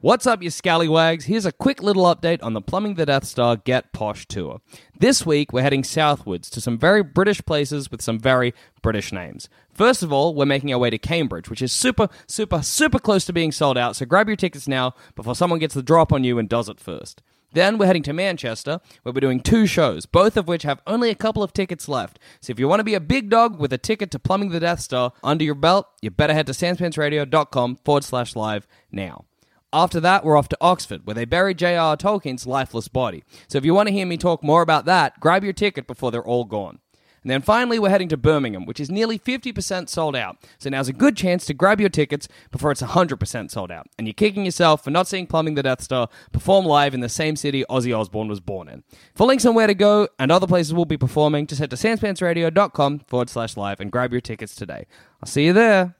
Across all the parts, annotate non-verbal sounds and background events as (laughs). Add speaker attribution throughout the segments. Speaker 1: What's up, you scallywags? Here's a quick little update on the Plumbing the Death Star Get Posh tour. This week, we're heading southwards to some very British places with some very British names. First of all, we're making our way to Cambridge, which is super, super, super close to being sold out, so grab your tickets now before someone gets the drop on you and does it first. Then we're heading to Manchester, where we're doing two shows, both of which have only a couple of tickets left. So if you want to be a big dog with a ticket to Plumbing the Death Star under your belt, you better head to sanspansradio.com forward slash live now. After that, we're off to Oxford, where they buried J.R.R. Tolkien's lifeless body. So if you want to hear me talk more about that, grab your ticket before they're all gone. And then finally, we're heading to Birmingham, which is nearly 50% sold out. So now's a good chance to grab your tickets before it's 100% sold out. And you're kicking yourself for not seeing Plumbing the Death Star perform live in the same city Ozzy Osbourne was born in. For links on where to go and other places we'll be performing, just head to sanspantsradio.com forward slash live and grab your tickets today. I'll see you there.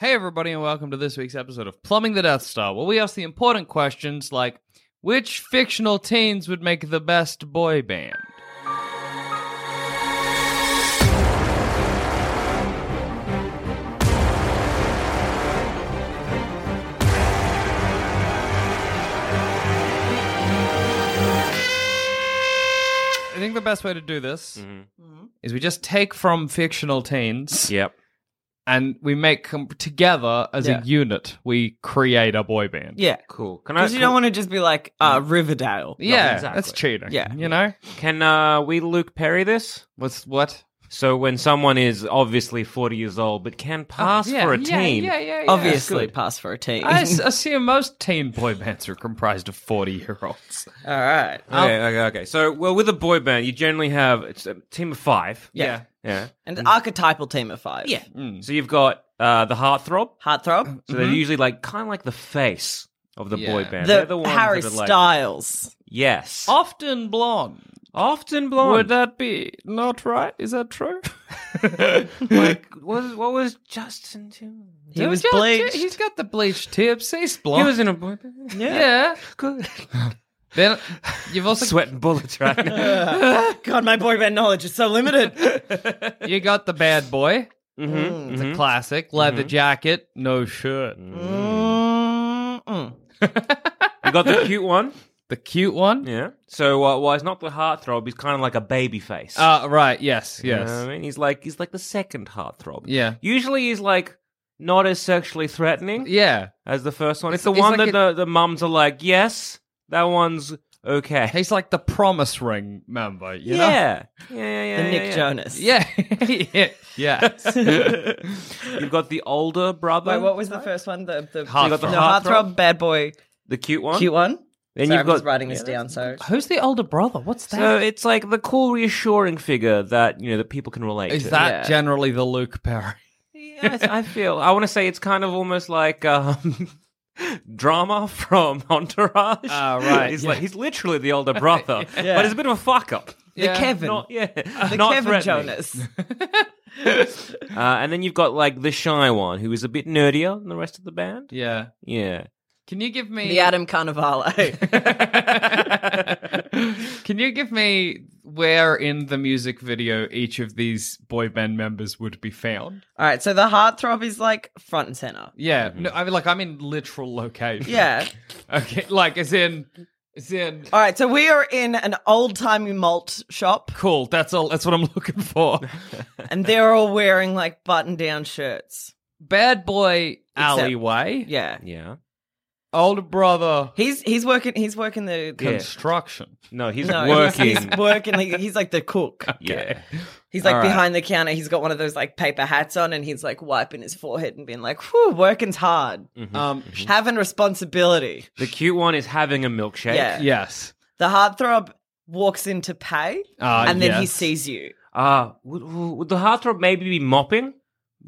Speaker 1: Hey, everybody, and welcome to this week's episode of Plumbing the Death Star, where we ask the important questions like which fictional teens would make the best boy band? I think the best way to do this is we just take from fictional teens
Speaker 2: Yep.
Speaker 1: and we make them together as
Speaker 3: Yeah.
Speaker 1: a unit. We create a boy band.
Speaker 3: Yeah.
Speaker 2: Cool. Can I?
Speaker 3: Because
Speaker 2: Can,
Speaker 3: you don't want to just be like uh, Riverdale.
Speaker 1: Yeah,
Speaker 2: exactly.
Speaker 1: that's cheating.
Speaker 3: Yeah.
Speaker 1: you know
Speaker 2: can uh, we Luke Perry this?
Speaker 1: what's what?
Speaker 2: So when someone is obviously forty years old but can pass
Speaker 1: Yeah,
Speaker 2: for a
Speaker 1: yeah,
Speaker 2: teen,
Speaker 1: Yeah, yeah, yeah.
Speaker 3: Obviously, pass for a team. (laughs)
Speaker 1: I, s- I assume most teen boy bands are comprised of forty-year-olds.
Speaker 3: All right.
Speaker 2: Okay, okay, okay. So, well, with a boy band, you generally have it's a team of five.
Speaker 3: Yeah.
Speaker 2: Yeah.
Speaker 3: An archetypal team of five. Mm. Yeah. Mm.
Speaker 2: So you've got uh, the heartthrob.
Speaker 3: Heartthrob.
Speaker 2: So they're usually like kind of like the face of the boy
Speaker 1: Yeah.
Speaker 2: band.
Speaker 3: The,
Speaker 2: they're the ones
Speaker 3: Harry
Speaker 2: that are like,
Speaker 3: Styles.
Speaker 2: Yes.
Speaker 1: Often blonde.
Speaker 2: Often blonde.
Speaker 1: Oh. Would that be not right? Is that true?
Speaker 2: like what was, what was Justin Timberlake?
Speaker 3: He was
Speaker 1: got ti-
Speaker 3: bleached.
Speaker 1: he's got the bleached tips. He's blonde.
Speaker 2: He was in a
Speaker 1: (laughs)
Speaker 2: boy band.
Speaker 1: yeah.
Speaker 2: Good.
Speaker 1: (laughs) Then you've also
Speaker 2: Sweating bullets right now.
Speaker 3: God, my boy band knowledge is so (laughs) limited.
Speaker 1: you got the bad boy.
Speaker 2: mm-hmm.
Speaker 1: It's a classic leather jacket, no shirt.
Speaker 3: Mm-mm.
Speaker 2: You got the cute one.
Speaker 1: The cute one.
Speaker 2: Yeah. So uh, well, he's not the heartthrob. He's kind of like a baby face.
Speaker 1: Uh, right. Yes.
Speaker 2: You know
Speaker 1: Yes.
Speaker 2: what I mean, he's like he's like the second heartthrob.
Speaker 1: Yeah.
Speaker 2: Usually, he's like not as sexually threatening
Speaker 1: Yeah.
Speaker 2: as the first one. It's,
Speaker 1: It's-
Speaker 2: the
Speaker 1: it's
Speaker 2: one
Speaker 1: like
Speaker 2: that the, the mums are like, yes, that one's okay.
Speaker 1: He's like the promise ring member. You Know?
Speaker 2: yeah. yeah, yeah, yeah,
Speaker 3: The
Speaker 2: yeah,
Speaker 3: Nick
Speaker 2: yeah.
Speaker 3: Jonas.
Speaker 1: Yeah. (laughs) yeah. Yes.
Speaker 2: (laughs) You've got the older brother.
Speaker 3: Wait, what was the first one? The the,
Speaker 2: Heartthrob.
Speaker 3: the,
Speaker 2: The
Speaker 3: heartthrob,
Speaker 2: heartthrob?
Speaker 3: bad boy,
Speaker 2: the cute one.
Speaker 3: cute one.
Speaker 2: Then
Speaker 3: Sorry,
Speaker 2: you've
Speaker 3: I'm
Speaker 2: got-
Speaker 3: just writing this
Speaker 2: Yeah,
Speaker 3: down. So
Speaker 1: (laughs) Who's the older brother? What's that?
Speaker 2: So it's like the cool, reassuring figure that you know that people can relate
Speaker 1: Is
Speaker 2: to.
Speaker 1: that
Speaker 3: Yeah.
Speaker 1: generally the Luke Perry?
Speaker 2: Yeah, I I feel. I want to say it's kind of almost like um, (laughs) drama from (laughs) Entourage.
Speaker 1: Ah, right,
Speaker 2: He's
Speaker 1: yeah.
Speaker 2: like he's literally the older
Speaker 3: (laughs)
Speaker 2: brother, but he's a bit of a fuck up.
Speaker 3: the Kevin,
Speaker 2: Not yeah,
Speaker 3: (laughs) the
Speaker 2: not
Speaker 3: Kevin
Speaker 2: threatening.
Speaker 3: Jonas.
Speaker 2: Uh,
Speaker 3: (laughs)
Speaker 2: and then you've got like the shy one who is a bit nerdier than the rest of the band.
Speaker 1: Yeah.
Speaker 2: Yeah.
Speaker 1: Can you give me
Speaker 3: the Adam Carnivale.
Speaker 1: (laughs) Can you give me where in the music video each of these boy band members would be found?
Speaker 3: (laughs) All right, so the heartthrob is like front and center.
Speaker 1: Yeah, no, I mean, like I'm in literal location.
Speaker 3: (laughs) Yeah.
Speaker 1: (laughs) Okay, like as in, as in.
Speaker 3: All right, so we are in an old timey malt shop,
Speaker 1: Cool. That's all. That's what I'm (laughs) looking for.
Speaker 3: and they're all wearing like button down shirts.
Speaker 1: Bad boy
Speaker 3: Except-
Speaker 1: alleyway.
Speaker 3: Yeah.
Speaker 2: Yeah.
Speaker 1: Older brother
Speaker 3: He's he's working he's working the
Speaker 2: Yeah.
Speaker 1: construction.
Speaker 2: No, he's
Speaker 3: No, (laughs) he's-
Speaker 2: working.
Speaker 3: He's, working. Like, he's like the cook.
Speaker 2: yeah.
Speaker 3: He's like
Speaker 1: All right.
Speaker 3: behind the counter. He's got one of those like paper hats on, and he's like wiping his forehead and being like, "Whew, working's hard,
Speaker 1: Um.
Speaker 2: Mm-hmm.
Speaker 3: having responsibility."
Speaker 2: The cute one is having a milkshake.
Speaker 3: Yeah.
Speaker 1: Yes.
Speaker 3: The heartthrob walks in to pay,
Speaker 1: Uh,
Speaker 3: and then he
Speaker 1: yes.
Speaker 3: sees you.
Speaker 2: Uh, would, would the heartthrob maybe be mopping?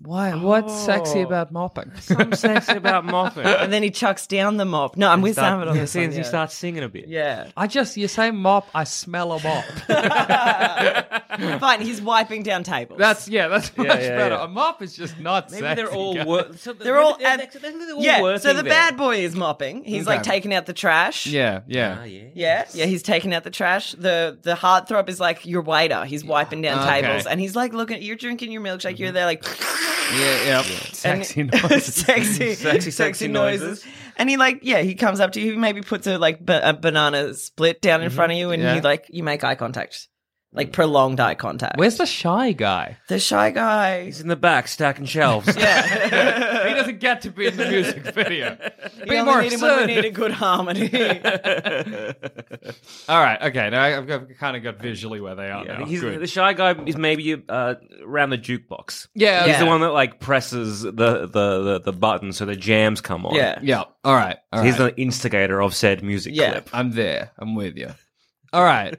Speaker 1: Why? What's sexy
Speaker 2: Oh.
Speaker 1: about mopping?
Speaker 2: Some sexy about
Speaker 3: (laughs)
Speaker 2: mopping.
Speaker 3: And then he chucks down the mop. No, I'm with
Speaker 2: Start-
Speaker 3: Sam on
Speaker 2: yeah,
Speaker 3: this
Speaker 2: since
Speaker 3: one,
Speaker 2: he
Speaker 3: yeah.
Speaker 2: starts singing a bit.
Speaker 3: Yeah.
Speaker 2: (laughs)
Speaker 1: I just you say mop, I smell a mop. (laughs)
Speaker 3: Fine, he's wiping down tables.
Speaker 1: that's yeah, that's much
Speaker 2: yeah,
Speaker 1: better.
Speaker 2: yeah.
Speaker 1: A mop is just not
Speaker 2: Maybe
Speaker 1: sexy.
Speaker 2: they're all
Speaker 1: guys.
Speaker 2: wor- so
Speaker 3: they're all,
Speaker 2: maybe
Speaker 3: at-
Speaker 2: they're, maybe they're all
Speaker 3: yeah.
Speaker 2: working
Speaker 3: So the
Speaker 2: there.
Speaker 3: bad boy is mopping. He's like
Speaker 1: Okay.
Speaker 3: taking out the trash.
Speaker 1: Yeah, yeah.
Speaker 2: Ah, yeah.
Speaker 3: Yeah, yeah, he's taking out the trash. The the heartthrob is like your waiter. He's wiping down
Speaker 1: Okay.
Speaker 3: tables and he's like looking you're drinking your milkshake, you're
Speaker 1: (laughs)
Speaker 3: there like
Speaker 1: Yeah, yeah.
Speaker 3: (laughs) and-
Speaker 1: Sexy noises. (laughs)
Speaker 3: sexy,
Speaker 2: Sexy,
Speaker 3: sexy,
Speaker 2: sexy
Speaker 3: noises.
Speaker 2: noises.
Speaker 3: And he like, yeah, he comes up to you. He maybe puts a like ba- a banana split down in front of you, and
Speaker 1: Mm-hmm. Yeah.
Speaker 3: you like you make eye contact, like prolonged eye contact.
Speaker 1: Where's the shy guy?
Speaker 3: the shy
Speaker 1: (laughs)
Speaker 3: guy?
Speaker 2: He's in the back stacking shelves.
Speaker 3: (laughs)
Speaker 2: (laughs)
Speaker 3: Yeah,
Speaker 1: He doesn't get to be in the (laughs) music video. (laughs)
Speaker 3: we
Speaker 1: be more
Speaker 3: only need him when we
Speaker 1: absurd.
Speaker 3: need a good
Speaker 1: (laughs)
Speaker 3: harmony.
Speaker 1: All right, okay. Now I- I've, got, kind of got visually where they are
Speaker 2: Yeah, I
Speaker 1: now.
Speaker 2: think he's,
Speaker 1: Oh, Good.
Speaker 2: the shy guy is maybe uh, around the jukebox.
Speaker 1: yeah,
Speaker 2: He's
Speaker 1: yeah,
Speaker 2: the one that like presses the, the, the, the button so the jams come on.
Speaker 3: yeah,
Speaker 1: yeah. All right, all
Speaker 2: He's
Speaker 1: right.
Speaker 2: the instigator of said music
Speaker 3: Yeah.
Speaker 2: clip.
Speaker 1: I'm there. I'm with you. All
Speaker 2: (laughs)
Speaker 1: right.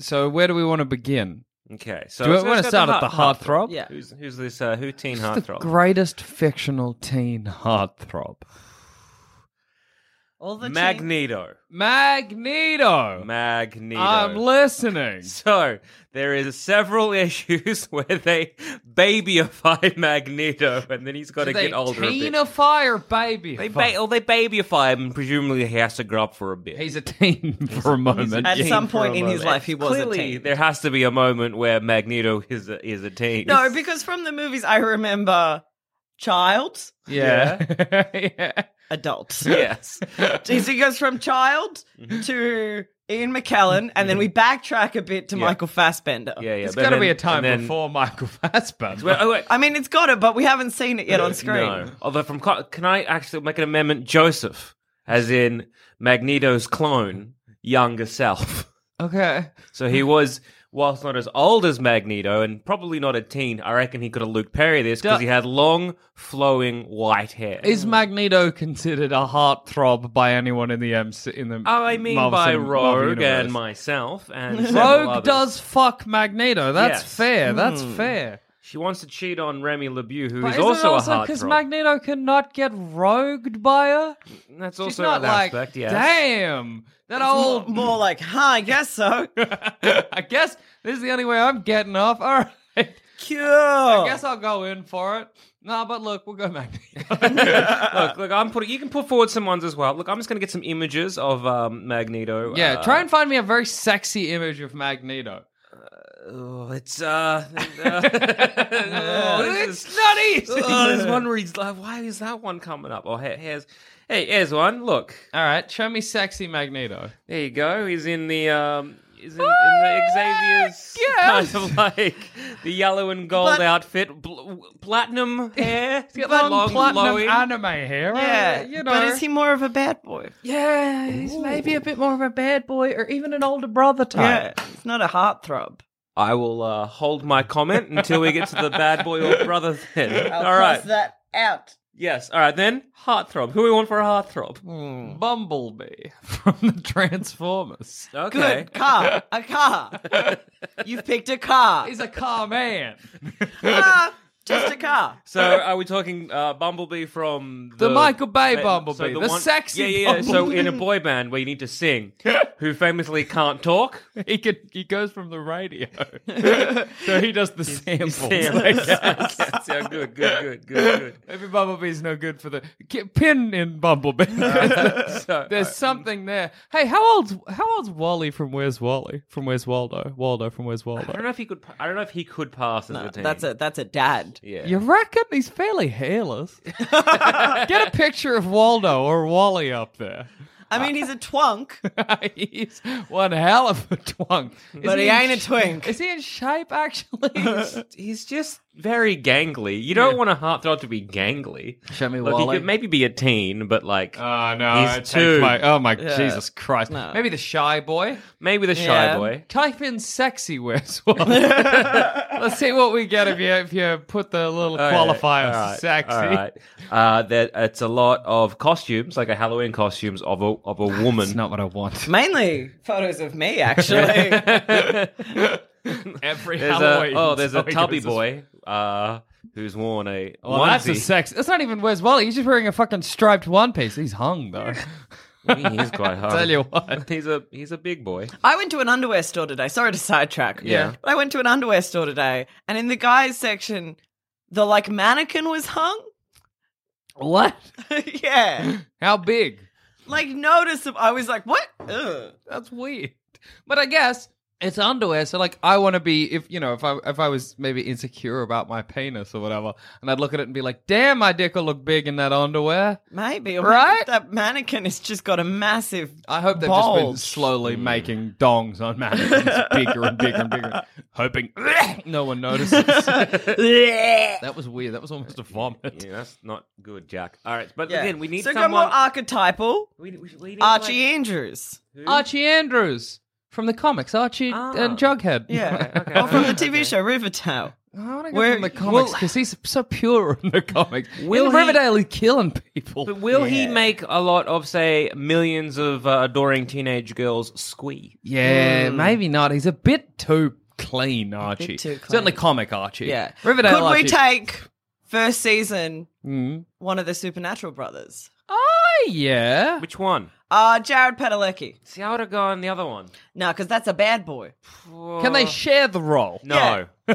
Speaker 1: So where do we want to begin?
Speaker 2: Okay, so
Speaker 1: do we
Speaker 2: so
Speaker 1: want
Speaker 2: let's
Speaker 1: to
Speaker 2: go
Speaker 1: start at the
Speaker 2: heart-
Speaker 1: heartthrob?
Speaker 3: yeah.
Speaker 2: Who's, who's this? Uh, who teen
Speaker 1: Who's the
Speaker 2: heartthrob?
Speaker 1: greatest fictional teen heartthrob?
Speaker 3: All the teen-
Speaker 2: Magneto.
Speaker 1: Magneto.
Speaker 2: Magneto.
Speaker 1: Ah, I'm listening.
Speaker 2: (laughs) so there is several (laughs) issues where they babyify (laughs) Magneto, and then he's got to
Speaker 1: they
Speaker 2: get older. a bit.
Speaker 1: teen a fire baby.
Speaker 2: They ba- or they babyify him, and presumably he has to grow up for a bit.
Speaker 1: He's a teen for a moment.
Speaker 3: At
Speaker 1: Yeah.
Speaker 3: some point in his life, he was
Speaker 2: Clearly,
Speaker 3: a teen.
Speaker 2: there has to be a moment where Magneto is a, is a teen.
Speaker 3: No, because from the movies, I remember child,
Speaker 1: yeah. (laughs) yeah.
Speaker 3: adult.
Speaker 2: (laughs) yes,
Speaker 3: Jeez, he goes from child
Speaker 2: Mm-hmm.
Speaker 3: to Ian McKellen, and then we backtrack a bit to Michael Fassbender.
Speaker 2: yeah, yeah.
Speaker 1: There's
Speaker 2: but
Speaker 1: got to
Speaker 2: then-
Speaker 1: be a time
Speaker 2: and then-
Speaker 1: before Michael (laughs) Fassbender.
Speaker 2: Well, oh, wait.
Speaker 3: I mean, it's got it, but we haven't seen it yet on screen.
Speaker 2: Uh, No. Although from co- can I actually make an amendment? Joseph, as in Magneto's clone, younger self.
Speaker 1: okay.
Speaker 2: So he was, whilst not as old as Magneto and probably not a teen, I reckon he could have Luke Perry this because
Speaker 1: Duh.
Speaker 2: he had long, flowing white hair.
Speaker 1: Is Magneto considered a heartthrob by anyone in the MC in the
Speaker 2: Oh, I mean
Speaker 1: Marvel
Speaker 2: by
Speaker 1: Cin- Marvel
Speaker 2: Rogue
Speaker 1: universe?
Speaker 2: and myself and several
Speaker 1: Rogue
Speaker 2: others.
Speaker 1: does fuck Magneto. That's
Speaker 2: Yes. Hmm.
Speaker 1: fair. That's fair.
Speaker 2: She wants to cheat on Remy LeBeau, who
Speaker 1: But
Speaker 2: is
Speaker 1: isn't it
Speaker 2: also,
Speaker 1: also
Speaker 2: a
Speaker 1: because
Speaker 2: heartthrob.
Speaker 1: Magneto cannot get rogued by her.
Speaker 2: That's
Speaker 1: She's
Speaker 2: also
Speaker 1: not
Speaker 2: an
Speaker 1: like,
Speaker 2: aspect. Yes.
Speaker 1: damn, that
Speaker 3: More,
Speaker 1: old.
Speaker 3: more like, huh, I
Speaker 2: (laughs)
Speaker 3: guess so.
Speaker 1: (laughs) I guess this is the only way I'm getting off. (laughs) All right.
Speaker 3: Cute.
Speaker 2: Oh.
Speaker 1: I guess I'll go in for it. No, but look, we'll go
Speaker 2: (laughs)
Speaker 1: Magneto.
Speaker 2: look, look, I'm putting. You can put forward some ones as well. Look, I'm just going to get some images of um, Magneto.
Speaker 1: yeah,
Speaker 2: uh,
Speaker 1: try and find me a very sexy image of Magneto.
Speaker 2: oh, it's uh. (laughs)
Speaker 1: (laughs)
Speaker 2: oh, this is-
Speaker 1: it's not easy.
Speaker 2: (laughs) oh, there's one where he's like, why is that one coming up? Oh, here, here's, hey, here's one. Look,
Speaker 1: All right, show me sexy Magneto.
Speaker 2: there you go. He's in the um, he's in, in the Xavier's
Speaker 1: yes.
Speaker 2: kind of like the yellow and gold
Speaker 3: But-
Speaker 2: outfit, bl- platinum hair,
Speaker 1: He's got that
Speaker 2: long,
Speaker 1: platinum
Speaker 2: flowing.
Speaker 1: anime hair.
Speaker 3: Yeah,
Speaker 1: uh, you know.
Speaker 3: but is he more of a bad boy?
Speaker 1: Yeah, he's maybe a bit more of a bad boy, or even an older brother
Speaker 3: Yeah,
Speaker 1: type.
Speaker 3: he's not a heartthrob.
Speaker 2: I will uh, hold my comment until we get to the bad boy or brother. Then,
Speaker 3: I'll
Speaker 2: all right.
Speaker 3: that out.
Speaker 2: Yes. All right, then. Heartthrob. Who we want for a heartthrob?
Speaker 1: Hmm. Bumblebee (laughs) from the Transformers.
Speaker 2: Okay.
Speaker 3: Good car, a car.
Speaker 2: (laughs)
Speaker 3: You've picked a car.
Speaker 1: He's a car man.
Speaker 3: Ah, just a car.
Speaker 2: So are we talking uh, Bumblebee from
Speaker 1: The Michael Bay
Speaker 2: Ba-
Speaker 1: Bumblebee, the sexy
Speaker 2: Yeah, yeah, yeah. So
Speaker 1: Bumblebee. (laughs)
Speaker 2: in a boy band where you need to sing, who famously can't talk.
Speaker 1: (laughs) He could, he goes from the (laughs) radio, so he does the samples. (laughs)
Speaker 2: Damn, I guess. Yeah, good, good, good, good,
Speaker 1: Maybe Bumblebee's no good for the K- pin in Bumblebee. (laughs)
Speaker 2: good. So,
Speaker 1: There's something there. Hey, how old's how old's Wally from Where's Wally from Where's Waldo? Waldo from Where's
Speaker 2: I don't
Speaker 1: Waldo?
Speaker 2: know if he could. I don't know if he could pass as a teen.
Speaker 3: that's a that's a dad.
Speaker 2: yeah.
Speaker 1: You reckon he's fairly hairless? Get a picture of Waldo or Wally up there. (laughs)
Speaker 3: I mean, he's a twunk,
Speaker 1: he's one hell of a twunk. Is
Speaker 3: but he
Speaker 1: in
Speaker 3: ain't a
Speaker 1: sh-
Speaker 3: twink.
Speaker 1: Is he in shape actually?
Speaker 2: He's just very gangly. You don't want a heartthrob to be gangly.
Speaker 1: Show me
Speaker 2: Look, he could maybe be a teen, but like
Speaker 1: Oh no!
Speaker 2: He's
Speaker 1: I take
Speaker 2: too-
Speaker 1: my- oh my
Speaker 3: Yeah.
Speaker 1: Jesus Christ! Maybe the shy boy.
Speaker 2: maybe the shy
Speaker 3: Yeah.
Speaker 2: boy.
Speaker 1: Type in "sexy Where's Wally." Let's see what we get if you if you put the little qualifier
Speaker 2: All right,
Speaker 1: "sexy."
Speaker 2: all right. Uh, that it's a lot of costumes, like a Halloween costumes of a of a woman.
Speaker 1: It's not what I
Speaker 3: (laughs)
Speaker 1: want.
Speaker 3: Mainly photos of
Speaker 2: (laughs)
Speaker 3: me, actually.
Speaker 1: Every
Speaker 2: there's a,
Speaker 1: Halloween.
Speaker 2: oh, there's a
Speaker 1: somebody
Speaker 2: tubby
Speaker 1: goes as-
Speaker 2: boy uh, who's worn Oh, a
Speaker 1: Well,
Speaker 2: onesie.
Speaker 1: that's a sex. That's not even Where's Wally. He's just wearing a fucking striped one piece. He's hung though.
Speaker 2: (laughs) he is quite hard.
Speaker 1: Tell you what.
Speaker 2: (laughs) he's a he's a big boy.
Speaker 3: I went to an underwear store today. Sorry to sidetrack.
Speaker 2: Yeah.
Speaker 3: But I went to an underwear store today, and in the guys section, the like mannequin was hung. (laughs)
Speaker 1: what?
Speaker 2: (laughs)
Speaker 3: yeah.
Speaker 1: How big?
Speaker 3: Like noticeable. I was like, what? Ugh.
Speaker 1: That's weird. But I guess it's underwear, so like I want to be if you know if I if I was maybe insecure about my penis or whatever, and I'd look at it and be like, "Damn, my dick will look big in that underwear."
Speaker 3: Maybe. Or
Speaker 1: Right?
Speaker 3: maybe That mannequin has just got a massive.
Speaker 1: I hope they've just been
Speaker 3: Balls.
Speaker 1: slowly making dongs on mannequins bigger and bigger and bigger, hoping no one notices. that was weird. That was almost a vomit.
Speaker 2: Yeah, that's not good, Jack. All right, but
Speaker 3: Yeah.
Speaker 2: again, we need
Speaker 3: so
Speaker 2: someone.
Speaker 3: go more archetypal.
Speaker 2: we, we, we need
Speaker 3: Archie
Speaker 2: like-
Speaker 3: Andrews.
Speaker 1: Archie Andrews from the comics, Archie
Speaker 2: Ah.
Speaker 1: and Jughead. (laughs)
Speaker 3: Yeah. or from the TV show Riverdale.
Speaker 1: I want to go
Speaker 3: Where-
Speaker 1: from the comics because he's so pure in the comics.
Speaker 2: Will
Speaker 1: in
Speaker 2: he-
Speaker 1: Riverdale, he's killing people.
Speaker 2: But will he make a lot of, say, millions of uh, adoring teenage girls squee?
Speaker 1: (laughs) Yeah, maybe not. He's a bit too clean, Archie.
Speaker 3: Hmm. too clean.
Speaker 1: Certainly comic Archie.
Speaker 3: Yeah.
Speaker 1: Riverdale
Speaker 3: Could
Speaker 1: Archie.
Speaker 3: we take first season
Speaker 1: Mm.
Speaker 3: one of the Supernatural brothers?
Speaker 1: Oh, yeah.
Speaker 2: Which one?
Speaker 3: Uh, Jared Padalecki.
Speaker 2: See, I would have gone the other one.
Speaker 3: No, because that's a bad boy.
Speaker 1: Can they share the role?
Speaker 2: (laughs) No.
Speaker 3: I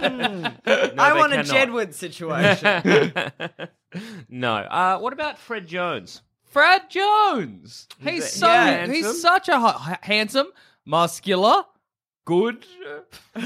Speaker 2: Hmm. they
Speaker 3: want
Speaker 2: cannot.
Speaker 3: a Jedward situation.
Speaker 2: (laughs) no. Uh, what about Fred (laughs) Jones?
Speaker 1: Fred Jones. He's
Speaker 2: a-
Speaker 1: so
Speaker 3: yeah,
Speaker 1: he's
Speaker 2: handsome.
Speaker 1: such a hot, ha- handsome, muscular,
Speaker 3: (laughs)
Speaker 1: good (laughs)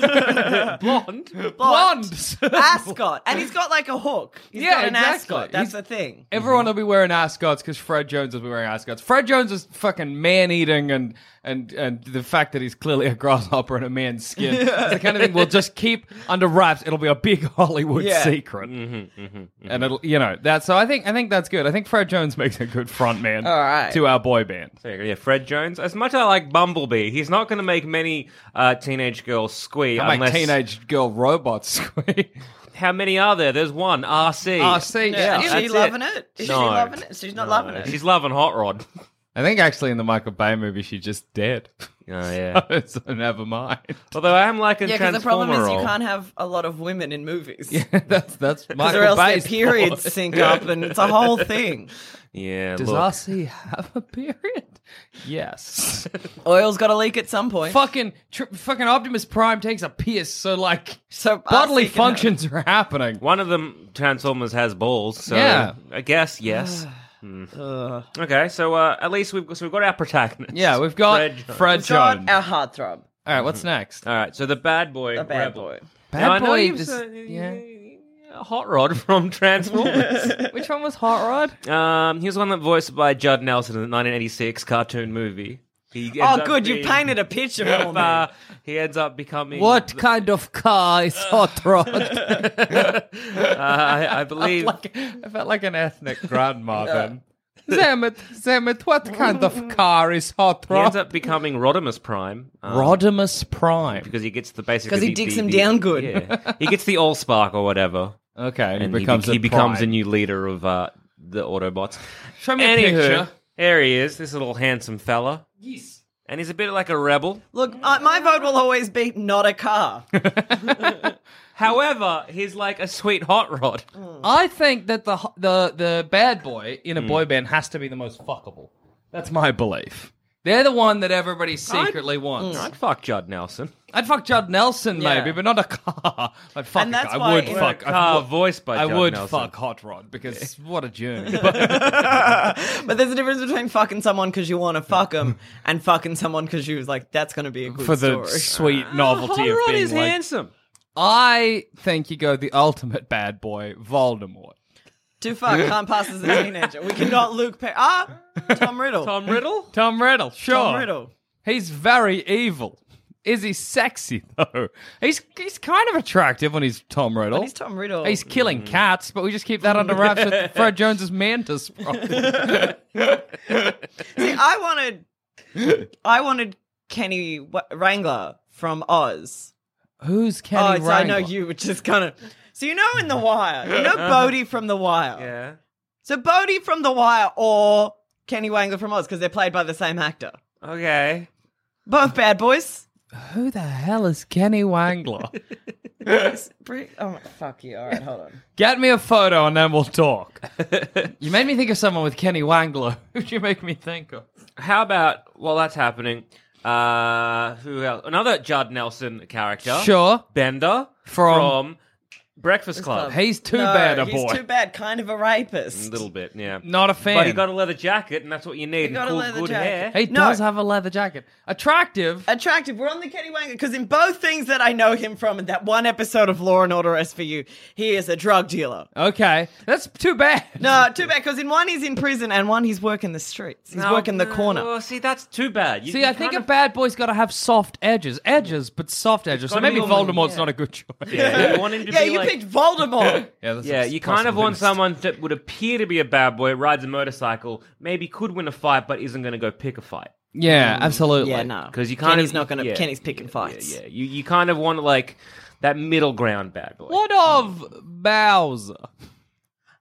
Speaker 2: Blonde.
Speaker 1: (laughs)
Speaker 3: (laughs)
Speaker 1: blonde.
Speaker 3: ascot, and he's got like a hook. He's
Speaker 1: Yeah,
Speaker 3: got an
Speaker 1: exactly.
Speaker 3: ascot. That's
Speaker 1: He's-
Speaker 3: the thing.
Speaker 1: Everyone will be wearing ascots because Fred Jones will be wearing ascots. Fred Jones is fucking man eating and and and the fact that he's clearly a grasshopper in a man's skin. It's the kind of thing we'll just keep under wraps. It'll be a big (laughs) Hollywood
Speaker 3: Yeah.
Speaker 1: secret, and it'll you know that. So I think I think that's good. I think Fred Jones (laughs) makes a good front man
Speaker 3: All right.
Speaker 1: to our boy band.
Speaker 2: There you go. Yeah, Fred Jones. As much as I like Bumblebee, he's not going to make many uh, teenage girls squee.
Speaker 1: I
Speaker 2: unless
Speaker 1: make teenage girl (laughs) robots.
Speaker 2: How many are there? There's one. RC.
Speaker 1: RC.
Speaker 3: Yeah,
Speaker 2: Yeah,
Speaker 3: is she
Speaker 2: that's
Speaker 3: loving
Speaker 2: it.
Speaker 3: it? Is
Speaker 2: No.
Speaker 3: she loving it? She's not loving it.
Speaker 2: She's loving Hot Rod.
Speaker 1: (laughs)
Speaker 2: (laughs)
Speaker 1: I think actually in the Michael Bay movie she's just dead. (laughs)
Speaker 2: Oh yeah.
Speaker 1: so never mind. (laughs)
Speaker 2: Although I am liking
Speaker 3: Yeah, because
Speaker 2: Transformer
Speaker 3: the problem is
Speaker 2: role.
Speaker 3: you can't have a lot of women in movies.
Speaker 1: that's that's
Speaker 3: Because
Speaker 1: Michael
Speaker 3: or else their
Speaker 1: Bay's
Speaker 2: (laughs)
Speaker 3: periods
Speaker 1: fault.
Speaker 3: sync up and it's a whole thing.
Speaker 2: Yeah.
Speaker 1: Does
Speaker 2: look.
Speaker 1: RC (laughs) have a period?
Speaker 2: (laughs)
Speaker 1: Yes.
Speaker 3: Oil's got to leak at some point.
Speaker 1: fucking tr- fucking Optimus Prime takes a piss, so like
Speaker 3: So
Speaker 1: bodily
Speaker 3: Archie can have-
Speaker 1: functions are happening.
Speaker 2: One of them Transformers has balls, so
Speaker 1: Yeah.
Speaker 2: I guess yes.
Speaker 1: (sighs)
Speaker 2: Hmm. Okay, so uh, at least we've so we've got our protagonist.
Speaker 1: Yeah, we've got
Speaker 2: Fred
Speaker 1: Fred,
Speaker 2: Jones.
Speaker 3: God,
Speaker 1: Jones.
Speaker 3: our heartthrob,
Speaker 1: All right, what's next?
Speaker 2: All right, so the bad boy,
Speaker 3: a bad
Speaker 2: rebel.
Speaker 3: boy.
Speaker 2: Now, I
Speaker 1: Bad
Speaker 2: know
Speaker 1: boy.
Speaker 2: you've
Speaker 1: This,
Speaker 2: said-
Speaker 1: yeah.
Speaker 2: Hot Rod from (laughs)
Speaker 1: (laughs)
Speaker 2: Transformers.
Speaker 1: Which one was Hot Rod?
Speaker 2: um, he was one that voiced by Judd Nelson in the 1986 cartoon movie. He ends
Speaker 3: Oh,
Speaker 2: up
Speaker 3: good, you
Speaker 2: being-
Speaker 3: painted a picture for me.
Speaker 2: Uh, he ends up becoming
Speaker 1: (laughs) What kind of car
Speaker 2: (laughs)
Speaker 1: is Hot Rod? (laughs)
Speaker 2: Uh,
Speaker 3: (laughs)
Speaker 2: I, I believe
Speaker 1: like, I felt like an
Speaker 2: (laughs)
Speaker 1: ethnic grandma then. Zemet, Zemet, what kind
Speaker 2: (laughs)
Speaker 1: of car is Hot
Speaker 2: he ends
Speaker 1: Rod?
Speaker 2: up becoming Rodimus Prime. um,
Speaker 1: Rodimus Prime.
Speaker 2: because he gets the basically
Speaker 3: 'Cause he
Speaker 2: the-
Speaker 3: digs
Speaker 2: the-
Speaker 3: him
Speaker 2: the-
Speaker 3: down good.
Speaker 2: Yeah. he gets the all spark or whatever.
Speaker 1: Okay, and,
Speaker 2: and
Speaker 1: he becomes
Speaker 2: he,
Speaker 1: a
Speaker 2: be- he becomes a
Speaker 1: prime.
Speaker 2: new leader of uh, the Autobots.
Speaker 1: Show me a
Speaker 2: Anywho,
Speaker 1: picture.
Speaker 2: there he is, this little handsome fella. Yes. And he's a bit like a rebel.
Speaker 3: Look, uh, my vote will always be not a car.
Speaker 2: However, he's like a sweet hot rod.
Speaker 1: I think that the the the bad boy in a boy band has to be the most fuckable. That's my belief. They're the one that everybody secretly wants.
Speaker 2: I'd fuck Judd Nelson.
Speaker 1: I'd fuck Judd Nelson
Speaker 3: Yeah.
Speaker 1: maybe, but not a car. (laughs) I'd fuck
Speaker 3: And
Speaker 1: a
Speaker 3: that's
Speaker 1: car. I
Speaker 3: why
Speaker 1: would
Speaker 3: in a
Speaker 1: fuck. I
Speaker 2: Car
Speaker 1: would-
Speaker 2: voiced uh, by
Speaker 1: I
Speaker 2: Judd
Speaker 1: would
Speaker 2: Nelson.
Speaker 1: fuck Hot Rod because what a journey.
Speaker 3: But there's a difference between fucking someone because you want to fuck them and fucking someone because you was like, that's going to be a good
Speaker 1: for the
Speaker 3: story.
Speaker 1: (laughs) sweet novelty of
Speaker 2: Hot Rod
Speaker 1: being
Speaker 2: is
Speaker 1: like,
Speaker 2: handsome.
Speaker 1: I think you go the ultimate bad boy, Voldemort.
Speaker 3: Too far, can't pass as a teenager. We cannot Luke Perry. Ah, Tom Riddle.
Speaker 2: Tom Riddle?
Speaker 1: Tom Riddle, sure.
Speaker 3: Tom Riddle.
Speaker 1: He's very evil. Is he sexy (laughs) though? He's he's kind of attractive when he's Tom Riddle.
Speaker 3: But he's Tom Riddle. Mm.
Speaker 1: He's killing cats, but we just keep that under wraps
Speaker 3: (laughs)
Speaker 1: with Fred Jones's mantis. problem.
Speaker 3: See, I wanted, I wanted Kenny Wa Wrangler from Oz.
Speaker 1: Who's
Speaker 3: oh,
Speaker 1: Kenny
Speaker 3: it's- I
Speaker 1: Wrangler?
Speaker 3: know you, which is kind of. So you know in The Wire, you know Bodie from The Wire.
Speaker 2: Yeah.
Speaker 3: So Bodie from The Wire or Kenny Wrangler from Oz because they're played by the same actor.
Speaker 2: Okay.
Speaker 3: Both bad boys.
Speaker 1: Who the hell is Kenny Wangler?
Speaker 3: It's pretty- oh my fuck you! All right, hold on.
Speaker 1: Get me a photo and then we'll
Speaker 3: (laughs)
Speaker 1: talk. you made me think of someone with Kenny Wangler. (laughs) Who'd you make me think of?
Speaker 2: How about, while that's happening, uh, who else? Another Judd Nelson character.
Speaker 1: Sure.
Speaker 2: Bender
Speaker 1: From-
Speaker 2: from Breakfast Club.
Speaker 1: He's too
Speaker 3: No,
Speaker 1: bad a
Speaker 3: he's
Speaker 1: boy.
Speaker 3: too bad. Kind of a
Speaker 2: A
Speaker 3: rapist.
Speaker 2: little bit, yeah.
Speaker 1: Not a fan.
Speaker 2: But he got a leather jacket, and that's what you need. and
Speaker 3: got a
Speaker 2: cool,
Speaker 3: leather
Speaker 2: good
Speaker 3: jacket.
Speaker 2: hair.
Speaker 1: He
Speaker 3: No. Uh,
Speaker 1: does have a leather jacket. Attractive.
Speaker 3: attractive. We're on the Kenny Wang because in both things that I know him from, in that one episode of Law and Order SVU, he is a drug dealer.
Speaker 1: Okay. That's too bad.
Speaker 3: No, too bad because in one he's in prison and one he's working the streets. He's
Speaker 2: No,
Speaker 3: working the
Speaker 2: no,
Speaker 3: corner.
Speaker 2: uh, Well, see, that's too bad. You,
Speaker 1: See,
Speaker 2: you
Speaker 1: I think
Speaker 2: kind
Speaker 1: a
Speaker 2: of-
Speaker 1: bad boy's got to have soft edges. Edges, but soft edges. So
Speaker 2: gotta
Speaker 1: maybe
Speaker 2: be all-
Speaker 1: Voldemort's
Speaker 2: yeah.
Speaker 1: not a good choice.
Speaker 2: Yeah, you want him to
Speaker 3: Yeah,
Speaker 2: be
Speaker 3: you
Speaker 2: like-
Speaker 3: picked Voldemort.
Speaker 1: Yeah, that's
Speaker 2: (laughs) Yeah, you kind of
Speaker 1: possibly
Speaker 2: want
Speaker 1: the mistake.
Speaker 2: someone that would appear to be a bad boy, rides a motorcycle, maybe could win a fight, but isn't going to go pick a fight.
Speaker 1: Yeah, absolutely.
Speaker 3: yeah, no,
Speaker 2: 'Cause you can't-
Speaker 3: Kenny's not going to.
Speaker 2: yeah.
Speaker 3: Kenny's picking fights.
Speaker 2: Yeah, yeah. You, you kind of want like that middle ground bad boy.
Speaker 1: What of Bowser?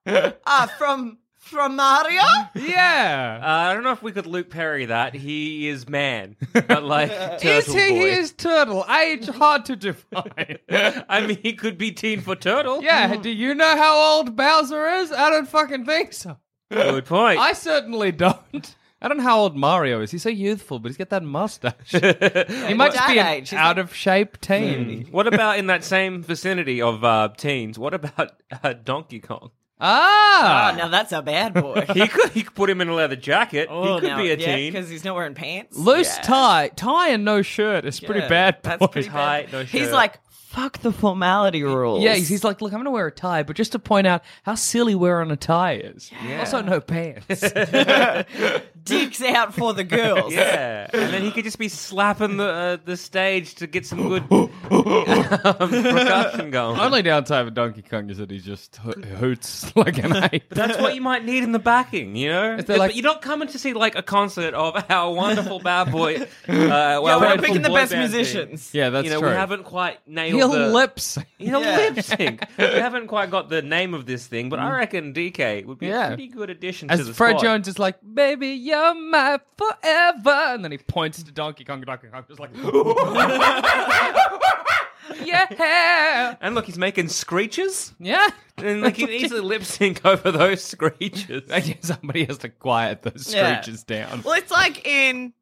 Speaker 3: Ah, from from Mario.
Speaker 2: Uh, (laughs)
Speaker 1: Yeah.
Speaker 2: I don't know if we could Luke Perry that. He is man, (laughs) but like turtle
Speaker 1: is he?
Speaker 2: boy.
Speaker 1: He E is turtle. Age hard to
Speaker 2: (laughs)
Speaker 1: define.
Speaker 2: I mean, he could be teen for turtle.
Speaker 1: yeah. Do you know how old Bowser is? I don't fucking think so.
Speaker 2: good point.
Speaker 1: I certainly don't. I don't know how old Mario is. He's so youthful, but he's got that
Speaker 2: (laughs)
Speaker 1: mustache. he might just
Speaker 3: that
Speaker 1: be an
Speaker 3: age, isn't
Speaker 1: out of shape teen.
Speaker 2: What about in that same vicinity of uh, teens? What about uh, Donkey Kong?
Speaker 1: Ah,
Speaker 3: Oh, now that's a bad boy. (laughs)
Speaker 2: He could he could put him in a leather jacket.
Speaker 3: Oh,
Speaker 2: he could
Speaker 3: now-
Speaker 2: be a
Speaker 3: yeah,
Speaker 2: teen.
Speaker 3: because he's not wearing pants.
Speaker 1: loose
Speaker 3: Yeah.
Speaker 1: tie, tie and no shirt is pretty
Speaker 3: Yeah,
Speaker 1: bad.
Speaker 3: That's
Speaker 1: boy.
Speaker 3: pretty
Speaker 2: Tie,
Speaker 3: bad.
Speaker 2: no
Speaker 3: he's
Speaker 2: shirt.
Speaker 3: like, fuck the formality rules.
Speaker 1: Yeah, he's, he's like, look, I'm going to wear a tie, but just to point out how silly wearing a tie is. Also, no
Speaker 3: (laughs)
Speaker 1: pants.
Speaker 3: (laughs) dicks out for the girls.
Speaker 2: Yeah, and then he could just be slapping the uh, the stage to get some good
Speaker 3: (gasps)
Speaker 2: (laughs) um, percussion
Speaker 1: (laughs)
Speaker 2: going.
Speaker 1: Only downside of Donkey Kong is that he just ho- hoots (laughs) like an ape.
Speaker 3: (laughs)
Speaker 2: That's what you might need in the backing, you know.
Speaker 1: they're like-
Speaker 2: but you're not coming to see like a concert of our wonderful bad boy.
Speaker 3: (laughs)
Speaker 2: Uh,
Speaker 3: Yeah,
Speaker 2: well,
Speaker 3: we're picking the best musicians.
Speaker 1: yeah, that's
Speaker 2: you know,
Speaker 1: true.
Speaker 2: we haven't quite nailed
Speaker 1: He'll
Speaker 2: the
Speaker 3: (laughs)
Speaker 1: lip sync.
Speaker 2: He'll
Speaker 3: Yeah. Mm.
Speaker 2: lip
Speaker 3: (laughs)
Speaker 2: sync. we haven't quite got the name of this thing, but I reckon DK would be
Speaker 1: Yeah.
Speaker 2: a pretty good addition to
Speaker 1: As
Speaker 2: the
Speaker 1: Fred
Speaker 2: squad.
Speaker 1: Jones is like, "Baby, you're my forever," and then he points to Donkey Kong. Donkey Kong is like,
Speaker 3: (laughs)
Speaker 1: (laughs)
Speaker 3: (laughs)
Speaker 1: "Yeah, (laughs)
Speaker 2: And look, he's making screeches,
Speaker 1: yeah."
Speaker 2: and like he can
Speaker 3: (laughs)
Speaker 2: easily lip sync over those screeches.
Speaker 1: I guess somebody has to quiet those
Speaker 3: Yeah.
Speaker 1: screeches down.
Speaker 3: Well, it's like in.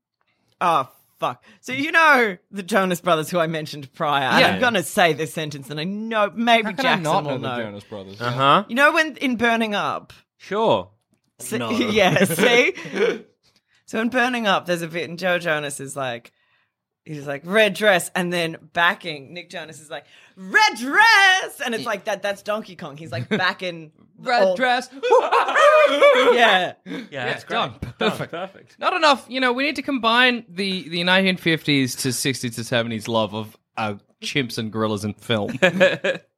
Speaker 3: Oh, fuck. So, you know the Jonas Brothers who I mentioned prior. And I'm
Speaker 1: Yeah.
Speaker 3: going to say this sentence, and I know maybe
Speaker 1: How can I
Speaker 3: Jackson
Speaker 1: not know
Speaker 3: will
Speaker 1: the
Speaker 3: know.
Speaker 1: Jonas Brothers?
Speaker 2: Uh huh.
Speaker 3: You know when in Burning Up.
Speaker 2: Sure.
Speaker 3: So, (laughs)
Speaker 2: (laughs)
Speaker 3: yeah, see? (laughs) so, in Burning Up, there's a bit, and Joe Jonas is like. He's like red dress, and then backing Nick Jonas is like red dress, and it's like that. That's Donkey Kong.
Speaker 2: (laughs)
Speaker 3: He's like backing
Speaker 1: (laughs) Red
Speaker 3: all-
Speaker 1: dress.
Speaker 3: (laughs) Yeah,
Speaker 2: Yeah,
Speaker 1: Yeah,
Speaker 2: it's
Speaker 1: done. Perfect.
Speaker 2: Perfect.
Speaker 1: Not enough. You know, we need to combine the the 1950s to 60s to 70s love of uh, chimps and gorillas in
Speaker 3: (laughs)
Speaker 1: film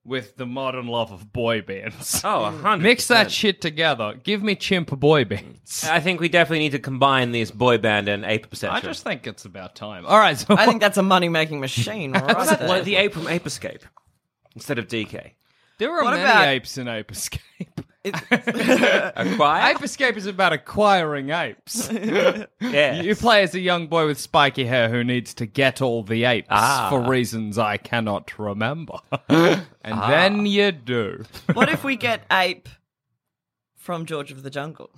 Speaker 1: with the modern love of boy bands.
Speaker 2: Oh, a hundred.
Speaker 1: Mix that
Speaker 2: percent.
Speaker 1: shit together. Give me chimp boy bands.
Speaker 2: I think we definitely need to combine these boy band and ape perception.
Speaker 1: I just think it's about time. All right, so
Speaker 3: Mm, I think that's a money making
Speaker 2: (laughs)
Speaker 3: machine. Right
Speaker 2: What about
Speaker 3: there.
Speaker 2: like, the ape from Ape Escape instead of DK?
Speaker 1: (laughs) there are
Speaker 3: what
Speaker 1: many
Speaker 3: about-
Speaker 1: apes in Ape Escape. (laughs)
Speaker 2: Acquire?
Speaker 1: Ape Escape is about acquiring apes.
Speaker 2: Yeah.
Speaker 1: You play as a young boy with spiky hair who needs to get all the apes
Speaker 2: Ah.
Speaker 1: for reasons I cannot
Speaker 2: (laughs)
Speaker 1: remember. and
Speaker 2: Ah.
Speaker 1: then you do.
Speaker 3: What if we get ape from George of the Jungle?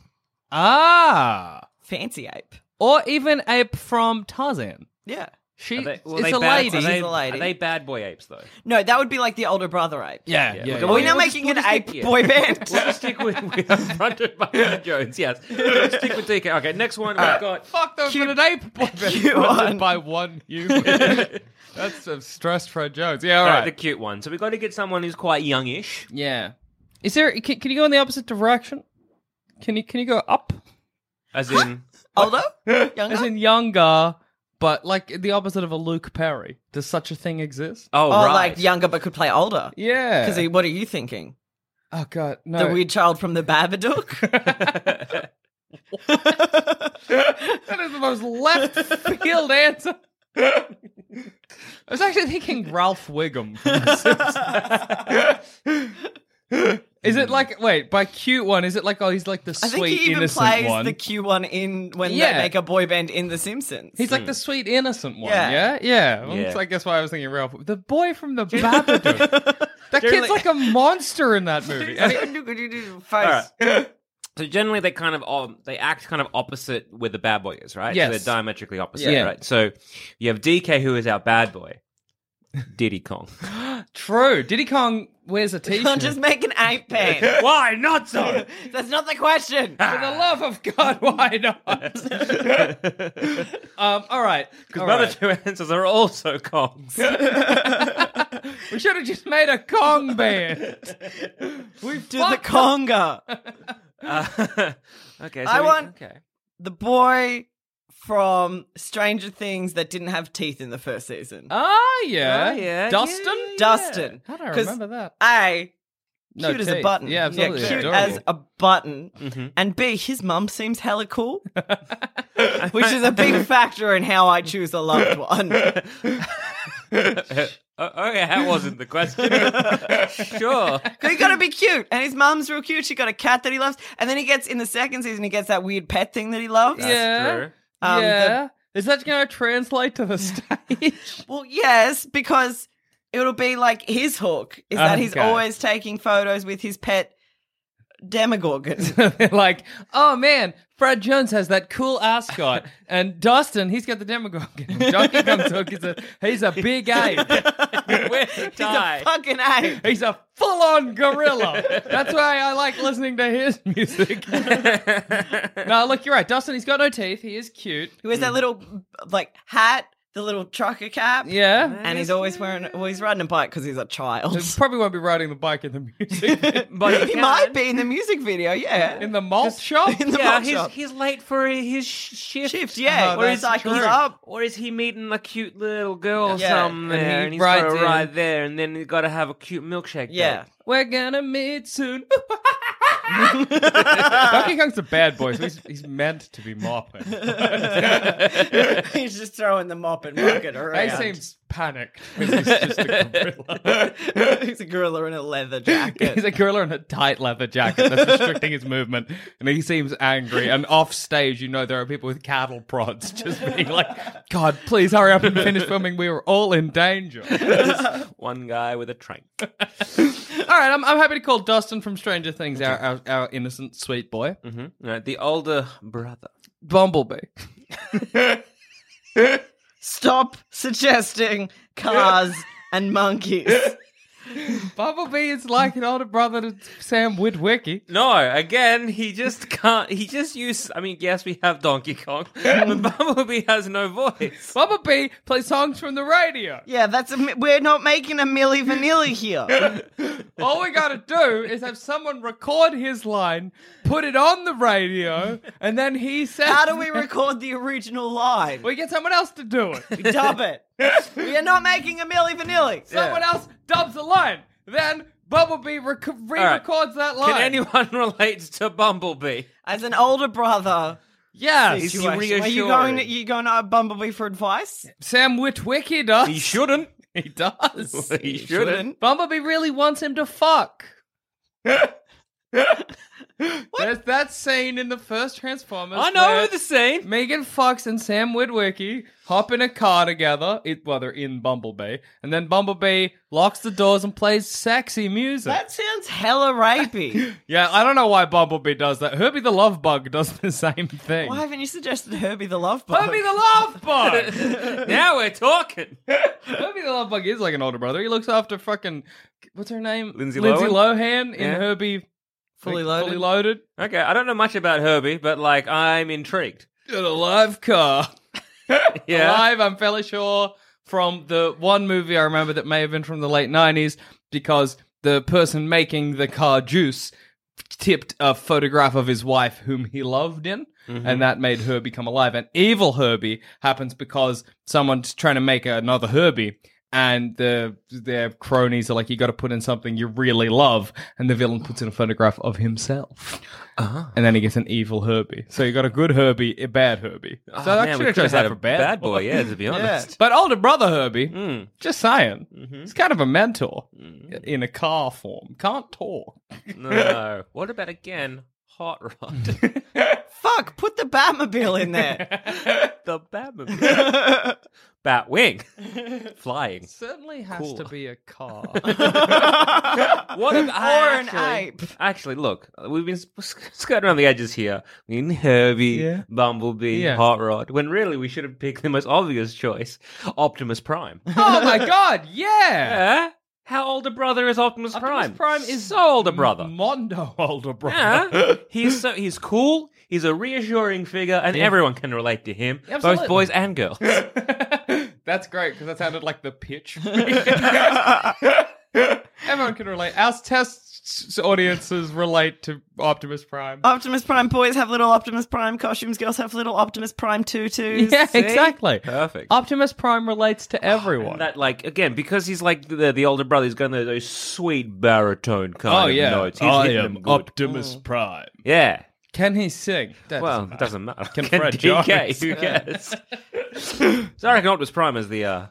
Speaker 1: Ah.
Speaker 3: Fancy ape.
Speaker 1: or even ape from Tarzan.
Speaker 3: Yeah.
Speaker 1: She
Speaker 2: Are they- well,
Speaker 1: it's
Speaker 2: they
Speaker 1: a
Speaker 2: bad-
Speaker 1: lady.
Speaker 2: Are they,
Speaker 3: She's a lady.
Speaker 2: are they bad boy apes though?
Speaker 3: No, that would be like the older brother ape.
Speaker 1: yeah, yeah.
Speaker 2: Look,
Speaker 1: yeah.
Speaker 3: Are we now
Speaker 2: We'll just-
Speaker 3: making
Speaker 2: we'll
Speaker 3: an
Speaker 2: just
Speaker 3: ape
Speaker 2: stick- yeah.
Speaker 3: boy band?
Speaker 2: (laughs) We'll just stick with we are fronted by Indiana Jones. Yes, We'll stick with DK. Okay, next one we've got.
Speaker 1: Fuck those cute, an ape
Speaker 2: (laughs)
Speaker 1: boy
Speaker 3: Cute one.
Speaker 1: by one human. That's some stress Fred Jones. Yeah, all
Speaker 2: All
Speaker 1: right.
Speaker 2: right, the cute one. So we've got to get someone who's quite youngish.
Speaker 1: Yeah. Is there? Can, can you go in the opposite direction? Can you can you go up?
Speaker 2: As in,
Speaker 3: Older? Younger?
Speaker 1: As in younger, but like the opposite of a Luke Perry. Does such a thing exist?
Speaker 2: (laughs) oh,
Speaker 3: or
Speaker 2: right.
Speaker 3: like younger but could play older?
Speaker 1: Yeah.
Speaker 3: Because what are you thinking?
Speaker 1: oh god, no.
Speaker 3: The weird child from the Babadook?
Speaker 1: (laughs) that is the most left field
Speaker 3: (laughs)
Speaker 1: answer. I was actually thinking Ralph
Speaker 3: (laughs)
Speaker 1: Wiggum. From the
Speaker 2: (laughs)
Speaker 1: Simpsons. is it like wait by cute one? Is it like oh he's like the
Speaker 3: (laughs) I
Speaker 1: sweet
Speaker 3: think he even
Speaker 1: innocent
Speaker 3: plays
Speaker 1: one?
Speaker 3: the Q one in when
Speaker 1: Yeah.
Speaker 3: they make a boy band in The Simpsons.
Speaker 1: He's like the sweet innocent one.
Speaker 3: Yeah.
Speaker 1: Yeah, yeah. Well,
Speaker 2: Yeah.
Speaker 1: that's, I guess why I was thinking Ralph. The boy from the Babadook.
Speaker 3: (laughs)
Speaker 1: that kid's like a monster in that movie. And he- (laughs)
Speaker 3: (laughs) Face.
Speaker 2: So generally, they kind of um, they act kind of opposite where the bad boy is, right?
Speaker 1: Yes.
Speaker 2: So they're diametrically opposite,
Speaker 1: Yeah.
Speaker 2: right? So you have DK, who is our bad boy, Diddy Kong.
Speaker 1: True. Diddy Kong wears a
Speaker 3: You can't
Speaker 1: t-shirt.
Speaker 3: just make an
Speaker 1: (laughs)
Speaker 3: ape band.
Speaker 2: Why not so?
Speaker 3: That's not the question.
Speaker 1: For the love of God, (laughs) why
Speaker 2: (laughs)
Speaker 1: not? um, all right.
Speaker 2: Because
Speaker 1: all
Speaker 2: the other
Speaker 1: right.
Speaker 2: two answers are also Kongs.
Speaker 1: We should have just made a Kong band.
Speaker 3: We do the conga.
Speaker 1: (laughs)
Speaker 2: Uh, (laughs) okay, so
Speaker 3: I
Speaker 2: we-
Speaker 3: want-
Speaker 2: Okay. (laughs)
Speaker 3: The boy from Stranger Things that didn't have teeth in the first season.
Speaker 1: Oh, yeah.
Speaker 2: Oh, yeah,
Speaker 1: Dustin?
Speaker 2: yeah, yeah.
Speaker 3: Dustin.
Speaker 1: How do I
Speaker 3: 'Cause
Speaker 1: remember that?
Speaker 3: A,
Speaker 1: No
Speaker 3: cute as a
Speaker 1: teeth.
Speaker 3: button.
Speaker 1: Yeah, absolutely.
Speaker 3: cute
Speaker 1: Adorable. Mm-hmm.
Speaker 3: as a button. And B, his mum seems
Speaker 1: (laughs)
Speaker 3: hella cool, which is a big factor in how I choose a loved
Speaker 1: (laughs)
Speaker 3: one.
Speaker 2: Oh, oh, yeah, that wasn't the question. sure.
Speaker 3: He got to be cute, and his mum's real cute. She got a cat that he loves, and then he gets in the second season, he gets that weird pet thing that he loves.
Speaker 1: yeah.
Speaker 2: true.
Speaker 3: Um,
Speaker 1: yeah. Is that going to translate to
Speaker 2: (laughs)
Speaker 1: the stage? (laughs)
Speaker 3: Well, yes, because it'll be like his hook is that he's
Speaker 1: Okay.
Speaker 3: always taking photos with his pet Demogorgon. (laughs)
Speaker 1: They're like, oh man, Fred Jones has that cool ascot,
Speaker 2: (laughs)
Speaker 1: and Dustin, he's got the Demogorgon. Donkey Kong Tuk is a he's a big
Speaker 2: (laughs)
Speaker 1: ape.
Speaker 2: Where's the
Speaker 3: He's a
Speaker 2: tie?
Speaker 3: fucking ape.
Speaker 1: He's a full-on gorilla. That's why I like listening to his music.
Speaker 2: (laughs)
Speaker 1: no, look, you're right. Dustin, he's got no teeth. He is cute.
Speaker 3: He wears that little like hat, the little trucker cap.
Speaker 1: Yeah.
Speaker 3: And he's always wearing, well, he's riding a bike because he's a child.
Speaker 1: He
Speaker 3: (laughs)
Speaker 1: probably won't be riding the bike in the music.
Speaker 2: But
Speaker 3: He might be in the music video, yeah.
Speaker 1: (laughs) in the malt shop.
Speaker 3: In the
Speaker 2: Yeah,
Speaker 3: malt
Speaker 2: he's,
Speaker 3: shop.
Speaker 2: he's late for his sh- shift. Uh-huh,
Speaker 3: Shift, yeah.
Speaker 1: Oh,
Speaker 3: where he
Speaker 1: that's
Speaker 3: cycles
Speaker 1: true.
Speaker 3: up.
Speaker 2: Or is he meeting a cute little girl
Speaker 3: Yeah.
Speaker 2: somewhere
Speaker 1: And he
Speaker 2: and, he's got
Speaker 1: rides
Speaker 2: to
Speaker 1: in.
Speaker 2: ride there and then he's got to have a cute milkshake?
Speaker 3: Yeah.
Speaker 2: date?
Speaker 1: We're gonna meet (laughs) soon. Donkey Kong's a bad boy, so he's, he's meant to be mopping.
Speaker 3: (laughs) he's just throwing the mop and rocket (laughs)
Speaker 1: He
Speaker 3: around.
Speaker 1: seems panicked. 'cause (laughs) He's just a gorilla.
Speaker 3: (laughs) he's a gorilla in a leather jacket. (laughs)
Speaker 1: He's a gorilla in a tight leather jacket that's restricting his movement, and he seems angry. And off stage, you know, there are people with cattle prods just being like, "God, please hurry up and finish filming. We are all in danger."
Speaker 2: One guy with a train.
Speaker 1: all right, I'm, I'm happy to call Dustin from Stranger Things our, our, our innocent sweet boy,
Speaker 2: hmm Right, the older brother. (laughs)
Speaker 1: Bumblebee.
Speaker 3: Stop suggesting (laughs) cars and monkeys.
Speaker 1: Bumblebee is like an older brother to Sam Witwicky.
Speaker 2: No, again, he just (laughs) can't. He just used. I mean, yes, we have Donkey Kong, (laughs) but Bumblebee has no voice.
Speaker 1: Bumblebee plays songs from the radio.
Speaker 3: Yeah, that's a, mi- we're not making a Milli Vanilli here.
Speaker 1: All we gotta do is have someone record his line, put it on the radio, and then he says,
Speaker 3: How do we record the original line?
Speaker 1: We get someone else to do it.
Speaker 3: We dub (laughs) it. we are not making a Milli Vanilli.
Speaker 1: Someone else dubs the line. Then Bumblebee rec- re-records that line.
Speaker 2: Can anyone (laughs) relate to Bumblebee?
Speaker 3: As an older brother,
Speaker 1: Yeah,
Speaker 2: Is he
Speaker 3: situation, are you
Speaker 2: reassuring?
Speaker 3: going? you going to Bumblebee for advice?
Speaker 1: Sam Witwicky does.
Speaker 2: He (laughs) shouldn't.
Speaker 1: He does.
Speaker 2: (laughs) He shouldn't.
Speaker 1: (laughs) Bumblebee really wants him to fuck. There's that scene in the first Transformers.
Speaker 2: I know
Speaker 1: where
Speaker 2: the scene.
Speaker 1: Megan Fox and Sam Witwicky hop in a car together. It, well, they're in Bumblebee, and then Bumblebee locks the doors and plays sexy music.
Speaker 3: That sounds hella rapey.
Speaker 1: (laughs) yeah, I don't know why Bumblebee does that. Herbie the Love Bug does the (laughs) same thing.
Speaker 3: Why haven't you suggested Herbie the Love Bug?
Speaker 1: Herbie the Love
Speaker 2: (laughs)
Speaker 1: Bug.
Speaker 2: now we're talking.
Speaker 1: (laughs) Herbie the Love Bug is like an older brother. He looks after fucking what's her name?
Speaker 2: Lindsay
Speaker 1: Lohan, in
Speaker 2: Yeah.
Speaker 1: Herbie
Speaker 3: Fully
Speaker 1: like,
Speaker 3: loaded.
Speaker 1: Fully loaded.
Speaker 2: Okay, I don't know much about Herbie, but like I'm intrigued.
Speaker 1: Got a live car.
Speaker 2: Yeah.
Speaker 1: Alive, I'm fairly sure from the one movie I remember that may have been from the late 90s because the person making the car juice tipped a photograph of his wife whom he loved in and that made her become alive and evil herbie happens because someone's trying to make another herbie and the their cronies are like you got to put in something you really love and the villain puts in a photograph of himself and then he gets an evil herbie so you got a good herbie a bad herbie so
Speaker 2: Oh,
Speaker 1: I should
Speaker 2: man, we
Speaker 1: have
Speaker 2: could've
Speaker 1: chose
Speaker 2: had
Speaker 1: that
Speaker 2: a
Speaker 1: for bad,
Speaker 2: bad boy, yeah, to
Speaker 1: (laughs)
Speaker 2: be honest.
Speaker 1: but older brother Herbie,
Speaker 2: Mm. Mm-hmm.
Speaker 1: just saying, he's kind of a mentor in a car form. Can't talk.
Speaker 2: No. what about again? Hot Rod.
Speaker 3: Fuck, put the Batmobile
Speaker 1: (laughs)
Speaker 3: in there.
Speaker 2: (laughs)
Speaker 3: (laughs)
Speaker 2: the Batmobile. Batwing. Flying.
Speaker 1: Certainly has
Speaker 2: Cool.
Speaker 1: to be a
Speaker 2: (laughs)
Speaker 1: car.
Speaker 2: What ab-
Speaker 3: Or an ape.
Speaker 2: Actually, look, we've been sk- sk- skirting around the edges here. We mean Herbie,
Speaker 1: Yeah.
Speaker 2: Bumblebee,
Speaker 1: Yeah.
Speaker 2: Hot Rod. When really we should have picked the most obvious choice, Optimus Prime.
Speaker 1: oh my god, yeah.
Speaker 2: Eh? How old a brother is Optimus Prime?
Speaker 1: Optimus Prime is
Speaker 2: so old a brother.
Speaker 1: Mondo older brother.
Speaker 2: Yeah.
Speaker 1: (laughs)
Speaker 2: he's so he's cool. He's a reassuring figure, and everyone can relate to him,
Speaker 1: Absolutely.
Speaker 2: both boys and girls.
Speaker 1: (laughs) That's great because that sounded like the
Speaker 2: (laughs)
Speaker 1: pitch. Everyone can relate. Our test audiences relate to Optimus Prime.
Speaker 3: Optimus Prime boys have little Optimus Prime costumes. Girls have little Optimus Prime
Speaker 1: (laughs)
Speaker 3: tutus.
Speaker 1: yeah,
Speaker 3: See?
Speaker 1: exactly.
Speaker 2: Perfect. Oh,
Speaker 1: Optimus Prime relates to everyone.
Speaker 2: And that like again because he's like the, the older brother. He's got those- those sweet baritone
Speaker 1: Oh,
Speaker 2: kind of notes. He's hitting them good.
Speaker 1: Optimus Prime.
Speaker 2: yeah.
Speaker 1: Can he sing? That
Speaker 2: Well,
Speaker 1: doesn't
Speaker 2: it doesn't matter.
Speaker 1: Can Fred
Speaker 2: DK?
Speaker 1: Jarvis.
Speaker 2: (laughs) Who
Speaker 1: (laughs)
Speaker 2: cares? so I reckon Optimus Prime is the uh,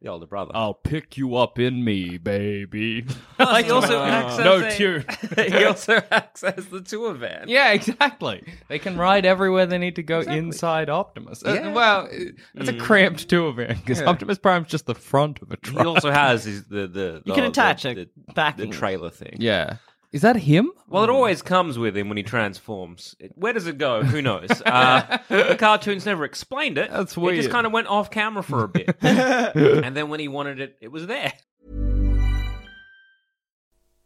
Speaker 2: the older brother.
Speaker 1: I'll pick you up in me, baby.
Speaker 2: (laughs) he also
Speaker 1: Ah. no tune.
Speaker 2: (laughs)
Speaker 1: (laughs)
Speaker 2: he also acts as the tour van.
Speaker 1: yeah, exactly. They can ride everywhere they need to go inside Optimus. Uh,
Speaker 2: Yeah. Mm.
Speaker 1: well, it's a cramped tour van because Optimus Prime's just the front of a
Speaker 2: He
Speaker 1: truck.
Speaker 2: also has his, the, the the-
Speaker 3: You can
Speaker 2: the-
Speaker 3: attach
Speaker 2: the,
Speaker 3: a back.
Speaker 2: the trailer thing.
Speaker 1: (laughs) yeah. Is that him?
Speaker 2: Well, it always comes with him when he transforms. It- Where does it go?
Speaker 1: (laughs)
Speaker 2: Who knows? Uh, the cartoons never explained it.
Speaker 1: That's
Speaker 2: It
Speaker 1: weird.
Speaker 2: just kind of went off camera for
Speaker 1: (laughs)
Speaker 2: a bit, and then when he wanted it, it was there. (laughs)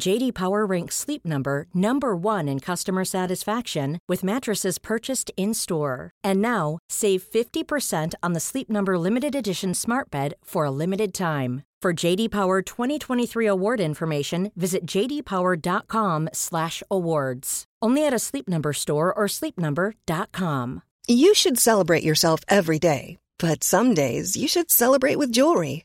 Speaker 4: JD Power ranks Sleep Number number 1 in customer satisfaction with mattresses purchased in-store. And now, save 50% on the Sleep Number limited edition Smart Bed for a limited time. For JD Power 2023 award information, visit jdpower.com/awards. Only at a Sleep Number store or sleepnumber.com.
Speaker 5: You should celebrate yourself every day, but some days you should celebrate with jewelry.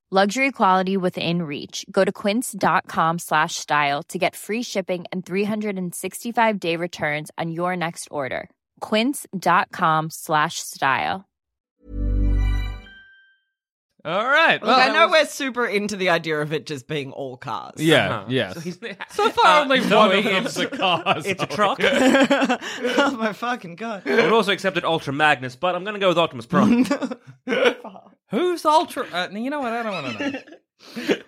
Speaker 6: Luxury quality within reach. Go to quince.com slash style to get free shipping and 365 day returns on your next order. Quince.com slash style.
Speaker 1: All right.
Speaker 3: Look,
Speaker 1: Well,
Speaker 3: I know we're super into the idea of it just being all cars.
Speaker 1: yeah, yeah.
Speaker 2: Uh-huh. So, he's, Uh,
Speaker 1: So far, only
Speaker 2: (laughs)
Speaker 1: one of
Speaker 2: Zoe,
Speaker 1: them's a
Speaker 2: it's-
Speaker 1: car.
Speaker 2: it's
Speaker 1: so-
Speaker 2: a truck. (laughs)
Speaker 1: (laughs)
Speaker 2: I
Speaker 3: (laughs) oh my fucking god.
Speaker 2: would also accepted Ultra Magnus, but I'm going to go with
Speaker 1: (laughs)
Speaker 2: Optimus Prime.
Speaker 1: Who's ultra? Uh, you know what? I don't want to know.
Speaker 3: (laughs)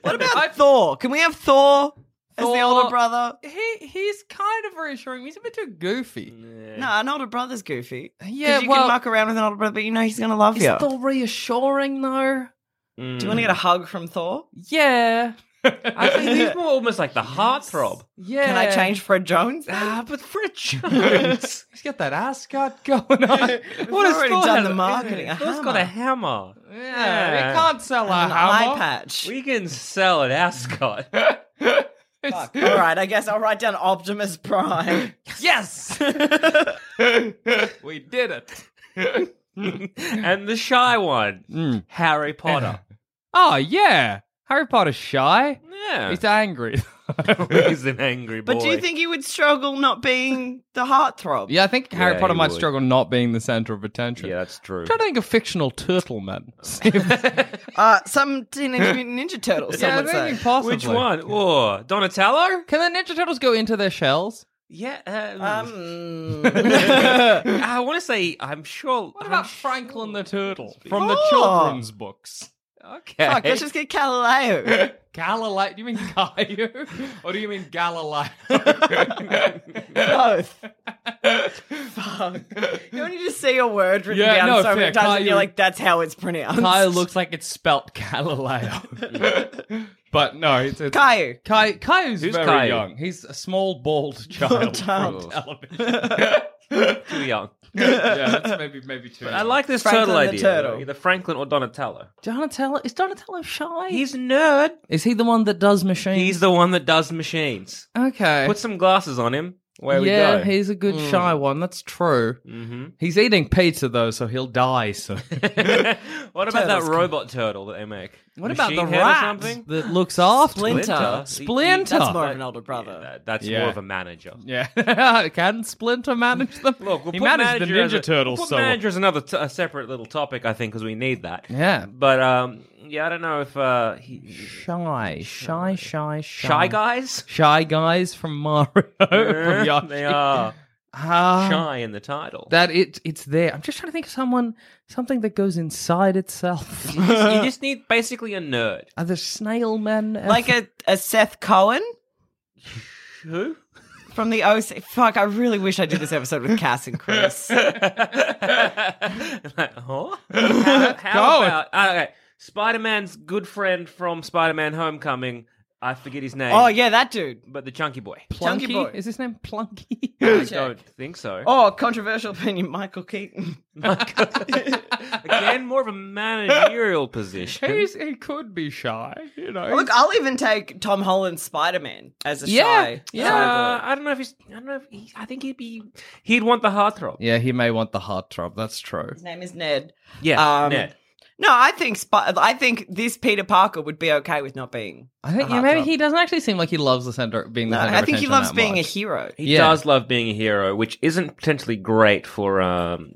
Speaker 3: What about Thor? Can we have Thor, as the
Speaker 1: Thor-
Speaker 3: older brother?
Speaker 1: he he's kind of reassuring. me. He's a bit too
Speaker 3: Mm.
Speaker 1: goofy.
Speaker 3: No, an older brother's goofy. 'Cause
Speaker 1: Yeah,
Speaker 3: you
Speaker 1: well-
Speaker 3: can muck around with an older brother, but you know he's gonna love you.
Speaker 1: Still reassuring though.
Speaker 2: Hmm.
Speaker 3: Do you want to get
Speaker 1: Mm.
Speaker 3: a hug from Thor?
Speaker 1: Yeah.
Speaker 3: (laughs)
Speaker 2: I think he's more almost like the heartthrob.
Speaker 1: Yeah.
Speaker 3: Can I change Fred
Speaker 1: (laughs)
Speaker 3: Jones?
Speaker 1: Ah, but
Speaker 3: (laughs)
Speaker 1: Fridge. he's got that ascot (laughs) going on.
Speaker 3: What has already
Speaker 1: Thor
Speaker 3: done
Speaker 1: had?
Speaker 3: the marketing? A
Speaker 2: Thor's
Speaker 3: hammer.
Speaker 2: got a hammer.
Speaker 1: Yeah, he can't sell a
Speaker 3: an eye
Speaker 1: hammer.
Speaker 3: patch.
Speaker 2: We can sell an ascot.
Speaker 1: (laughs)
Speaker 3: Fuck. (laughs) All right, I guess I'll write down Optimus
Speaker 1: (laughs)
Speaker 3: Prime.
Speaker 2: (laughs)
Speaker 1: Yes. we did it.
Speaker 2: (laughs) and the shy one, Harry (laughs) Potter.
Speaker 1: Oh yeah, Harry Potter's shy.
Speaker 2: Yeah.
Speaker 1: He's angry. (laughs)
Speaker 2: He's an angry boy.
Speaker 3: But do you think he would struggle not being the heartthrob?
Speaker 1: yeah, I think Harry
Speaker 2: Yeah,
Speaker 1: Potter
Speaker 2: he
Speaker 1: might
Speaker 2: would.
Speaker 1: struggle not being the center of attention.
Speaker 2: Yeah, that's true.
Speaker 1: Try to think of fictional turtle men.
Speaker 2: (laughs)
Speaker 1: (laughs) See if-
Speaker 3: Uh, some Teenage
Speaker 1: (laughs)
Speaker 3: Mutant Ninja Turtles.
Speaker 1: yeah,
Speaker 3: Some would
Speaker 1: maybe
Speaker 3: say.
Speaker 1: possibly.
Speaker 2: Which one? Oh, Donatello?
Speaker 1: Can the Ninja Turtles go into their shells?
Speaker 2: Yeah.
Speaker 1: (laughs)
Speaker 2: Uh, (laughs)
Speaker 3: Um, (laughs)
Speaker 2: I want to say, I'm sure.
Speaker 1: What
Speaker 2: I'm
Speaker 1: about
Speaker 2: sh-
Speaker 1: Franklin the Turtle (laughs) from the
Speaker 3: Oh.
Speaker 1: children's books?
Speaker 2: Okay.
Speaker 3: fuck, let's just get Galileo.
Speaker 1: Galileo? Do you
Speaker 2: (laughs)
Speaker 1: mean Caillou? or do you mean Galileo? (laughs)
Speaker 3: Both. Fuck. You only just see a word written
Speaker 1: Yeah,
Speaker 3: down
Speaker 1: no,
Speaker 3: so
Speaker 1: fair.
Speaker 3: many times and you're
Speaker 1: Caillou-
Speaker 3: like, that's how it's
Speaker 1: (laughs)
Speaker 3: pronounced.
Speaker 1: Caillou looks like it's spelt Galileo.
Speaker 2: (laughs)
Speaker 1: but no, it's, it's
Speaker 3: (laughs) Caillou.
Speaker 1: Kai, Kai's
Speaker 2: Who's
Speaker 1: very
Speaker 2: Caillou?
Speaker 1: young. He's a small, bald child.
Speaker 3: child.
Speaker 1: from television.
Speaker 2: Too young.
Speaker 1: yeah, (laughs) that's maybe maybe two.
Speaker 2: I like this
Speaker 3: Franklin
Speaker 2: turtle
Speaker 3: the
Speaker 2: idea.
Speaker 3: turtle.
Speaker 2: Either Franklin or Donatello.
Speaker 1: Donatello. Is Donatello shy?
Speaker 2: He's a nerd.
Speaker 1: is he the one that does machines?
Speaker 2: He's the one that does machines.
Speaker 1: okay.
Speaker 2: Put some glasses on him. Where
Speaker 1: yeah,
Speaker 2: we go.
Speaker 1: he's a good shy one. That's true. Mm-hmm. He's eating pizza though, so he'll die soon.
Speaker 2: what about that robot turtle that they make?
Speaker 1: (laughs) what about the
Speaker 2: Machine head or
Speaker 1: rat
Speaker 2: something?
Speaker 1: that looks after?
Speaker 3: Splinter.
Speaker 1: Splinter.
Speaker 3: That's more of an older brother.
Speaker 2: That- that's
Speaker 1: Yeah.
Speaker 2: more of a manager.
Speaker 1: Yeah, (laughs) can Splinter manage them?
Speaker 2: (laughs) Look, we'll
Speaker 1: he
Speaker 2: put
Speaker 1: managed the
Speaker 2: manager as
Speaker 1: Ninja
Speaker 2: a-
Speaker 1: Turtles.
Speaker 2: We'll put
Speaker 1: so
Speaker 2: manager as another t- a separate little topic, I think, because we need that.
Speaker 1: Yeah.
Speaker 2: But um, yeah, I don't know if uh, he,
Speaker 1: shy, shy, shy, shy, Oh, (laughs)
Speaker 2: shy guys.
Speaker 1: shy guys from Mario (laughs) from
Speaker 2: Yeah,
Speaker 1: Yoshi.
Speaker 2: (laughs) they are
Speaker 1: Ah,
Speaker 2: shy in the title.
Speaker 1: That it it's there. I'm just trying to think of someone something that goes inside (laughs) itself.
Speaker 2: you just need basically a nerd.
Speaker 1: Are there snail uh, men?
Speaker 3: Like a, a Seth Cohen
Speaker 2: Who?
Speaker 3: from the OC. Fuck, I really wish I did this episode with Cass
Speaker 1: (laughs)
Speaker 3: and Chris.
Speaker 2: like, huh? How,
Speaker 3: (laughs)
Speaker 2: how
Speaker 1: Go.
Speaker 2: about uh, okay? Spider Man's good friend from Spider Man Homecoming. I forget his name.
Speaker 3: oh, yeah, that dude.
Speaker 2: but the chunky boy.
Speaker 3: Chunky
Speaker 1: Plunky?
Speaker 3: boy.
Speaker 1: Is his name Plunky?
Speaker 2: I don't think so. (laughs)
Speaker 3: Oh, controversial opinion, Michael Keaton.
Speaker 2: Again, more of a managerial position.
Speaker 1: (laughs) He's, he could be shy, you know.
Speaker 3: Oh, Look, I'll even take Tom Holland's Spider Man as a
Speaker 1: Yeah,
Speaker 3: shy.
Speaker 1: yeah.
Speaker 2: Uh, I don't know if he's. I don't know if he. I think he'd be. He'd want the heartthrob.
Speaker 1: yeah, he may want the heart drop. That's true.
Speaker 3: His name is Ned.
Speaker 2: Yeah,
Speaker 3: Um,
Speaker 2: Ned.
Speaker 3: No, I think Sp- I think this Peter Parker would be okay with not being.
Speaker 1: I think yeah, maybe he doesn't actually seem like he loves the center being the center
Speaker 3: I
Speaker 1: of
Speaker 3: think he
Speaker 1: attention
Speaker 3: loves
Speaker 1: that
Speaker 3: being a
Speaker 1: much.
Speaker 3: hero.
Speaker 2: He
Speaker 1: yeah.
Speaker 2: does love being a hero, which isn't potentially great for um,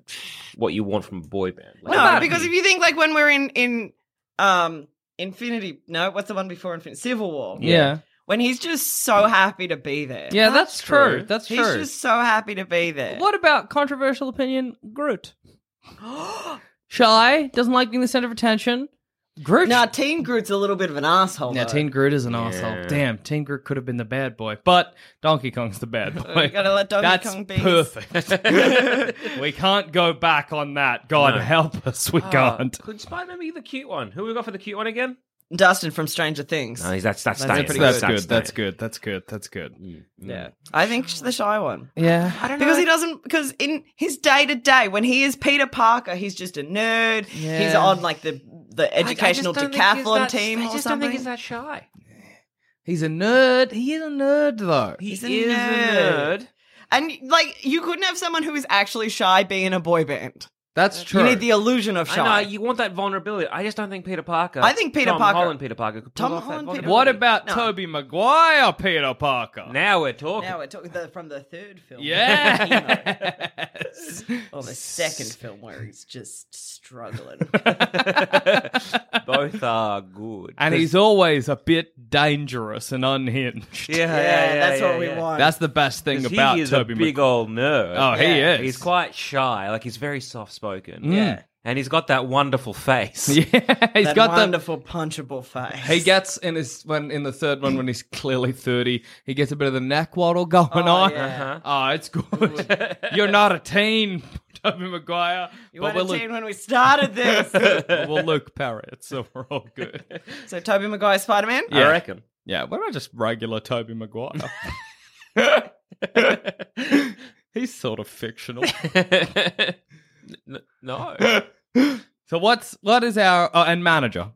Speaker 2: what you want from a boy band. Like,
Speaker 3: No, because if you think like when we're in in um Infinity, no, what's the one before Infinity? Civil War.
Speaker 1: Yeah.
Speaker 3: When he's just so happy to be there.
Speaker 1: Yeah, that's, true. That's
Speaker 3: He's
Speaker 1: true.
Speaker 3: just so happy to be there.
Speaker 1: What about
Speaker 3: (gasps)
Speaker 1: controversial opinion Groot? Shy, doesn't like being the center of attention,
Speaker 7: Groot.
Speaker 3: Now, Teen Groot's a little bit of an asshole.
Speaker 1: Yeah,
Speaker 3: though.
Speaker 1: Teen Groot is an asshole. Damn, Teen Groot could have been the bad boy, but Donkey Kong's the bad boy.
Speaker 3: We Uh, gotta let Donkey
Speaker 1: That's
Speaker 3: Kong be.
Speaker 1: perfect. (laughs) we can't go back on that. God help us,
Speaker 3: Ah,
Speaker 1: we can't.
Speaker 2: Oh, Could Spider Man be the cute one? Who we got for the cute one again?
Speaker 3: Dustin from Stranger Things.
Speaker 2: No, he's that's that's
Speaker 3: That's
Speaker 2: Stan.
Speaker 3: pretty
Speaker 1: That's
Speaker 3: good. Mm,
Speaker 1: good. That's good. That's good. That's good.
Speaker 3: Yeah, I think sh- the shy one.
Speaker 1: Yeah.
Speaker 2: I don't know.
Speaker 3: Because he doesn't. Because in his day to day, when he is Peter Parker, he's just a nerd. He's
Speaker 1: Yeah.
Speaker 3: on like the the educational decathlon team or something.
Speaker 2: that shy.
Speaker 1: He's a nerd. He is a nerd, though.
Speaker 3: He's a nerd. and like, you couldn't have someone who is actually shy be in a boy band.
Speaker 1: That's true.
Speaker 3: You need the illusion of
Speaker 2: I
Speaker 3: shy.
Speaker 2: know you want that vulnerability. I just don't think Peter Parker.
Speaker 3: I think Peter
Speaker 2: Tom
Speaker 3: Parker-
Speaker 2: Holland, Peter Parker. Could pull
Speaker 3: Tom
Speaker 2: off that
Speaker 3: Holland, Peter
Speaker 2: vulnerability.
Speaker 1: what about
Speaker 3: No.
Speaker 1: Toby Maguire, Peter Parker? (laughs)
Speaker 2: Now we're talking.
Speaker 3: Now we're talking the, from the third film. (laughs)
Speaker 1: yeah. (laughs)
Speaker 3: Or the second film where he's just struggling.
Speaker 2: Both are good.
Speaker 1: and he's always a bit dangerous and unhinged.
Speaker 2: yeah, yeah,
Speaker 3: yeah,
Speaker 2: yeah,
Speaker 3: that's
Speaker 2: yeah,
Speaker 3: what
Speaker 2: yeah.
Speaker 3: we want.
Speaker 1: That's the best thing
Speaker 2: 'Cause
Speaker 1: about
Speaker 2: he is
Speaker 1: Toby
Speaker 2: a big
Speaker 1: Maguire.
Speaker 2: old nerd.
Speaker 1: Oh, he
Speaker 3: Yeah.
Speaker 1: is.
Speaker 2: He's quite shy. Like he's very soft spoken.
Speaker 1: Yeah.
Speaker 2: And he's got that wonderful face.
Speaker 1: (laughs) Yeah, he's
Speaker 3: that
Speaker 1: got the
Speaker 3: wonderful punchable face.
Speaker 1: He gets in his when in the third one when he's clearly thirty, he gets a bit of the neck waddle going on.
Speaker 2: Uh-huh.
Speaker 3: (laughs) yeah.
Speaker 1: (laughs) Oh, it's good. (laughs) You're not a teen, (laughs) Toby Maguire.
Speaker 3: You
Speaker 1: but
Speaker 3: were
Speaker 1: we're
Speaker 3: a teen
Speaker 1: Luke,
Speaker 3: when we started this.
Speaker 1: (laughs) but we're Luke Parrott, so we're all good.
Speaker 3: (laughs) so Toby Maguire Spider Man.
Speaker 2: I reckon.
Speaker 1: Yeah, what about just regular Toby
Speaker 3: (laughs)
Speaker 1: Maguire? (laughs) he's sort of fictional.
Speaker 2: N- (laughs) no. (laughs)
Speaker 1: so what's what is our oh, and manager?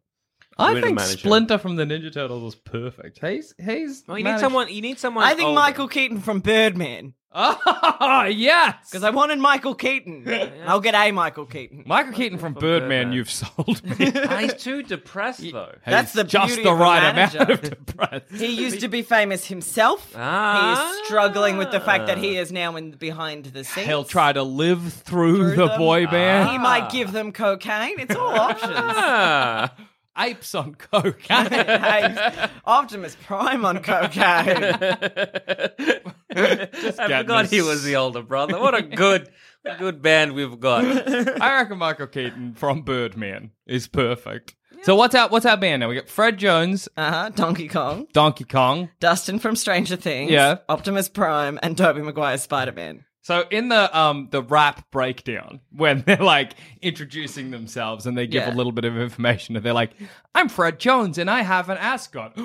Speaker 1: I
Speaker 2: Winter
Speaker 1: think
Speaker 2: manager.
Speaker 1: Splinter from the Ninja Turtles is perfect. He's he's
Speaker 2: Well, you need
Speaker 1: managed- (laughs)
Speaker 2: someone. You need someone.
Speaker 3: I think
Speaker 2: older. (laughs)
Speaker 3: Michael Keaton from Birdman
Speaker 1: Oh yes,
Speaker 3: because I wanted Michael Keaton. I'll get a Michael Keaton.
Speaker 1: Michael Keaton from Birdman, you've sold me.
Speaker 2: Ah, he's too depressed though.
Speaker 3: That's
Speaker 1: He's
Speaker 3: the
Speaker 1: just
Speaker 3: beauty
Speaker 1: the
Speaker 3: of a
Speaker 1: right
Speaker 3: manager.
Speaker 1: amount of depressed. (laughs)
Speaker 3: He used to be famous himself.
Speaker 2: Ah.
Speaker 3: He is struggling with the fact that he is now in behind the scenes.
Speaker 1: Ah. He'll try to live through,
Speaker 3: Through
Speaker 1: the
Speaker 3: them. Ah.
Speaker 1: boy
Speaker 3: He
Speaker 1: band.
Speaker 3: might give them cocaine. It's
Speaker 1: (laughs)
Speaker 3: all options.
Speaker 2: Ah.
Speaker 1: Apes on cocaine.
Speaker 3: Hey, Optimus Prime on cocaine.
Speaker 2: (laughs)
Speaker 1: (laughs)
Speaker 2: I forgot he was the older brother. What (laughs) a good, good band we've got.
Speaker 1: I reckon Michael Keaton from Birdman is perfect. So what's our what's our band now? We got Fred Jones,
Speaker 3: Uh huh. Donkey Kong,
Speaker 1: Donkey Kong.
Speaker 3: Dustin from Stranger Things,
Speaker 1: Yeah.
Speaker 3: Optimus Prime, and Tobey Maguire Spider Man.
Speaker 1: So in the um the rap breakdown (laughs) when they're like introducing themselves and they give a
Speaker 3: Yeah.
Speaker 1: little bit of information and they're like, "I'm Fred Jones and I have an ascot."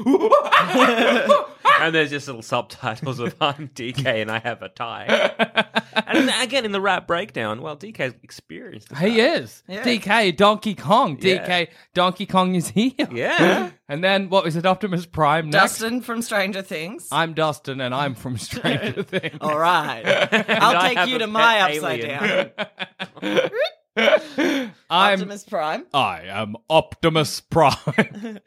Speaker 1: (gasps)
Speaker 2: and there's just little subtitles of I'm DK and I have a tie. And in the- again, in the rap breakdown, well, DK's experienced. at
Speaker 1: He
Speaker 2: that.
Speaker 1: is. DK, Donkey Kong. DK, Donkey Kong is here.
Speaker 2: (laughs) Yeah.
Speaker 1: And then what was it, Optimus Prime next?
Speaker 3: Dustin from Stranger Things.
Speaker 1: I'm Dustin and I'm from
Speaker 3: (laughs)
Speaker 1: Stranger Things.
Speaker 2: (laughs)
Speaker 3: All right. I'll
Speaker 2: I
Speaker 3: take
Speaker 2: have
Speaker 3: you
Speaker 2: a
Speaker 3: to my
Speaker 2: pet
Speaker 3: upside
Speaker 2: alien. (laughs)
Speaker 3: down.
Speaker 1: (laughs) I'm
Speaker 3: Optimus Prime.
Speaker 1: I am Optimus
Speaker 3: (laughs)
Speaker 1: Prime.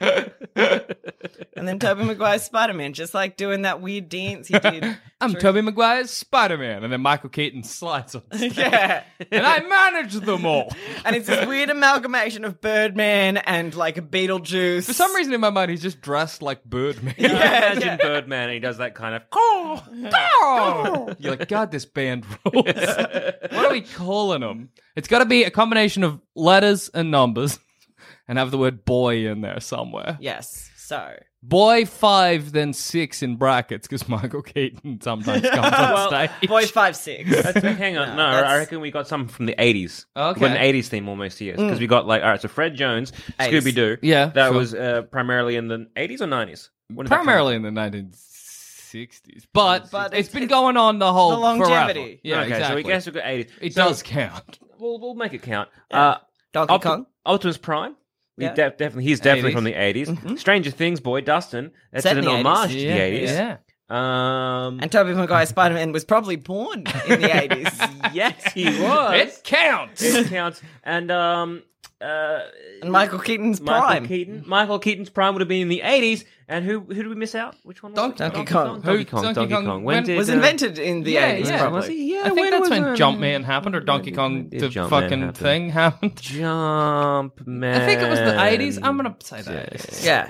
Speaker 1: (laughs)
Speaker 3: And then Tobey Maguire's Spider Man, just like doing that weird dance he
Speaker 2: (laughs)
Speaker 3: did.
Speaker 1: I'm Tobey Maguire's Spider Man. And then Michael Keaton slides
Speaker 3: (laughs)
Speaker 1: on stage.
Speaker 3: yeah.
Speaker 1: and I manage them all.
Speaker 3: And it's this weird amalgamation of Birdman and like Beetlejuice.
Speaker 1: For some reason in my mind he's just dressed like Birdman.
Speaker 2: Imagine Birdman and he does that kind of. (laughs) "Caw, caw."
Speaker 1: (laughs) You're like, God, this band
Speaker 2: (laughs)
Speaker 1: rules. what are we calling them? It's got to be a combination of letters and numbers (laughs) and have the word boy in there somewhere.
Speaker 3: Yes. So.
Speaker 1: Boy five, then six in brackets because Michael Keaton sometimes comes on stage.
Speaker 3: (laughs) Boy five six.
Speaker 2: (laughs) That's- Hang on, no, I
Speaker 3: that's-
Speaker 2: reckon we got some from the eighties.
Speaker 1: Okay.
Speaker 2: got an eighties theme almost, yes, because we got like, all right, so Fred Jones,
Speaker 3: 80s.
Speaker 2: Scooby Doo,
Speaker 1: Yeah,
Speaker 2: that
Speaker 1: sure.
Speaker 2: was uh, primarily in the eighties or nineties,
Speaker 1: Primarily in the 1960s. But,
Speaker 3: But
Speaker 1: it's
Speaker 3: it's-
Speaker 1: been going on the whole
Speaker 3: the longevity.
Speaker 1: forever. Yeah,
Speaker 2: okay, so
Speaker 1: exactly.
Speaker 2: we guess we got eighties.
Speaker 1: it
Speaker 2: so
Speaker 1: does count.
Speaker 2: We'll, we'll make it count. Uh,
Speaker 3: Donkey
Speaker 2: Opti-
Speaker 3: Kong.
Speaker 2: Optimus Prime. We
Speaker 3: Yeah.
Speaker 2: def- definitely, he's definitely
Speaker 1: 80s.
Speaker 2: from the 80s Stranger Things boy, Dustin. That's
Speaker 3: Set
Speaker 2: an
Speaker 3: in the
Speaker 2: homage to
Speaker 3: 80s.
Speaker 2: the eighties.
Speaker 1: yeah.
Speaker 2: Um,
Speaker 3: And Tobey Maguire's Spider Man was probably born in
Speaker 2: (laughs)
Speaker 3: the eighties.
Speaker 2: yes,
Speaker 3: (laughs)
Speaker 2: he was.
Speaker 1: It counts.
Speaker 2: it counts. And um, uh,
Speaker 3: And Michael Keaton's
Speaker 2: Michael
Speaker 3: Prime.
Speaker 2: Keaton. Michael Keaton's Prime would have been in the eighties. And who who did we miss out? Which one? was
Speaker 3: Donkey
Speaker 2: it?
Speaker 3: Kong.
Speaker 2: Donkey
Speaker 1: Who-
Speaker 2: Kong.
Speaker 1: Donkey
Speaker 2: Donkey
Speaker 1: Kong.
Speaker 2: Kong.
Speaker 1: When
Speaker 2: did,
Speaker 3: was
Speaker 2: uh,
Speaker 3: invented in the
Speaker 1: yeah,
Speaker 3: eighties,
Speaker 1: yeah.
Speaker 3: probably.
Speaker 2: Was he? Yeah.
Speaker 1: I think
Speaker 2: when
Speaker 1: that's
Speaker 2: was,
Speaker 1: when
Speaker 2: um,
Speaker 1: Jumpman happened or Donkey
Speaker 2: did-
Speaker 1: Kong,
Speaker 2: did
Speaker 1: the
Speaker 2: Jumpman
Speaker 1: fucking
Speaker 2: happen?
Speaker 1: thing happened. (laughs)
Speaker 2: Jump man.
Speaker 1: I think it was the 80s. I'm going to say the 80s.
Speaker 3: Yeah.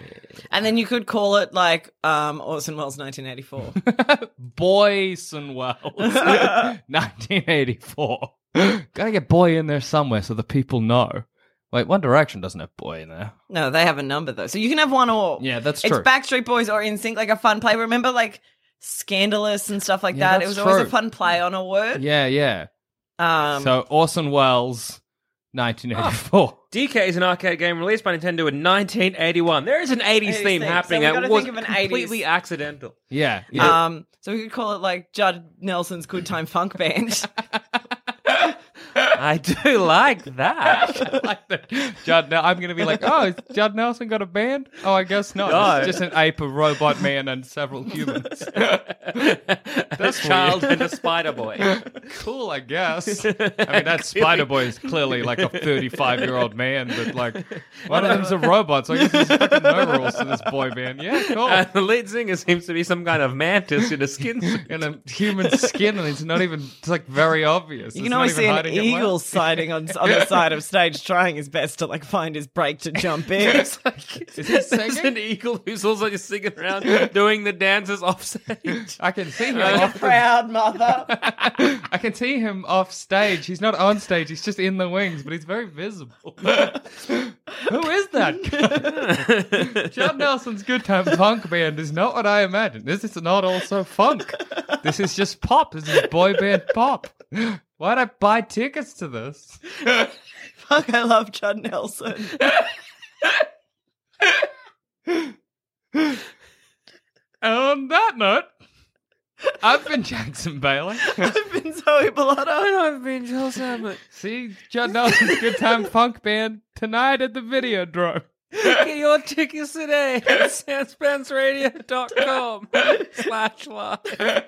Speaker 3: And then you could call it like um, Orson Welles 1984.
Speaker 1: Boys and Wells,
Speaker 3: (laughs)
Speaker 1: 1984. Gotta get boy in there somewhere so the people know. Wait, One Direction doesn't have boy in there.
Speaker 3: No, they have a number though. So you can have one or
Speaker 1: Yeah, that's
Speaker 3: it's
Speaker 1: true.
Speaker 3: Backstreet Boys or In Sync, like a fun play. Remember, like Scandalous and stuff like
Speaker 1: Yeah,
Speaker 3: that. It was
Speaker 1: that's
Speaker 3: always a
Speaker 1: true.
Speaker 3: fun play on a word.
Speaker 1: yeah, yeah.
Speaker 3: Um, oh.
Speaker 1: so Orson Welles, 1984.
Speaker 2: DK is an arcade game released by Nintendo in 1981. There is an 80s,
Speaker 3: 80s
Speaker 2: theme
Speaker 3: theme,
Speaker 2: happening
Speaker 3: so we
Speaker 2: that
Speaker 3: gotta
Speaker 2: was
Speaker 3: think of an 80s.
Speaker 2: completely accidental.
Speaker 1: (laughs)
Speaker 2: (laughs)
Speaker 1: Yeah, yeah.
Speaker 3: um, so we could call it like Judd Nelson's Good Time Funk Band.
Speaker 2: I do like
Speaker 3: (laughs)
Speaker 2: that.
Speaker 1: (laughs) like that. Judd, Nel- I'm going to be like, oh, has Judd Nelson got a band? Oh, I guess not.
Speaker 2: No.
Speaker 1: It's just an ape, a robot man, and several
Speaker 3: (laughs)
Speaker 1: humans.
Speaker 2: That's (laughs) child and a spider
Speaker 3: (laughs)
Speaker 2: boy.
Speaker 1: cool, I guess. I mean, that Spider Boy is clearly like a 35 year old man, but
Speaker 3: (laughs)
Speaker 1: like one of them's a robot, so I guess there's fucking no rules to this boy band. Yeah,
Speaker 3: Uh, Oh.
Speaker 2: And
Speaker 1: cool.
Speaker 2: (laughs) the lead singer seems to be some kind of mantis in a skin suit.
Speaker 1: And a human skin, and it's not even, it's like very obvious.
Speaker 3: (laughs)
Speaker 1: It's
Speaker 3: You can
Speaker 1: not
Speaker 3: always
Speaker 1: even
Speaker 3: see an
Speaker 1: hiding it well. (laughs)
Speaker 3: eagle sighting on, on the side of stage, trying his best to like find his break to jump in. (laughs)
Speaker 1: Is he
Speaker 2: There's
Speaker 1: singing?
Speaker 2: an eagle who's also just singing around doing the dances off stage.
Speaker 1: I can see him.
Speaker 3: like a
Speaker 1: Off the,
Speaker 3: proud mother.
Speaker 1: (laughs) I can see him off stage. He's not on stage. He's just in the wings, but he's very visible. Who is that? guy? John Nelson's Good Time Funk Band is not what I imagined. This is not also funk. This is just pop. This is boy band pop. Why'd I buy tickets to this?
Speaker 3: Fuck, I love Judd
Speaker 1: (laughs)
Speaker 3: Nelson. (laughs)
Speaker 1: On that note, I've been Jackson Bailey.
Speaker 3: I've been Zoe Bellotto.
Speaker 2: (laughs) I've been Joel Salmon.
Speaker 1: See John Nelson's Good Time Funk Band tonight at the Videodrome.
Speaker 2: Get your tickets today at (laughs) sanspansradio.com slash live.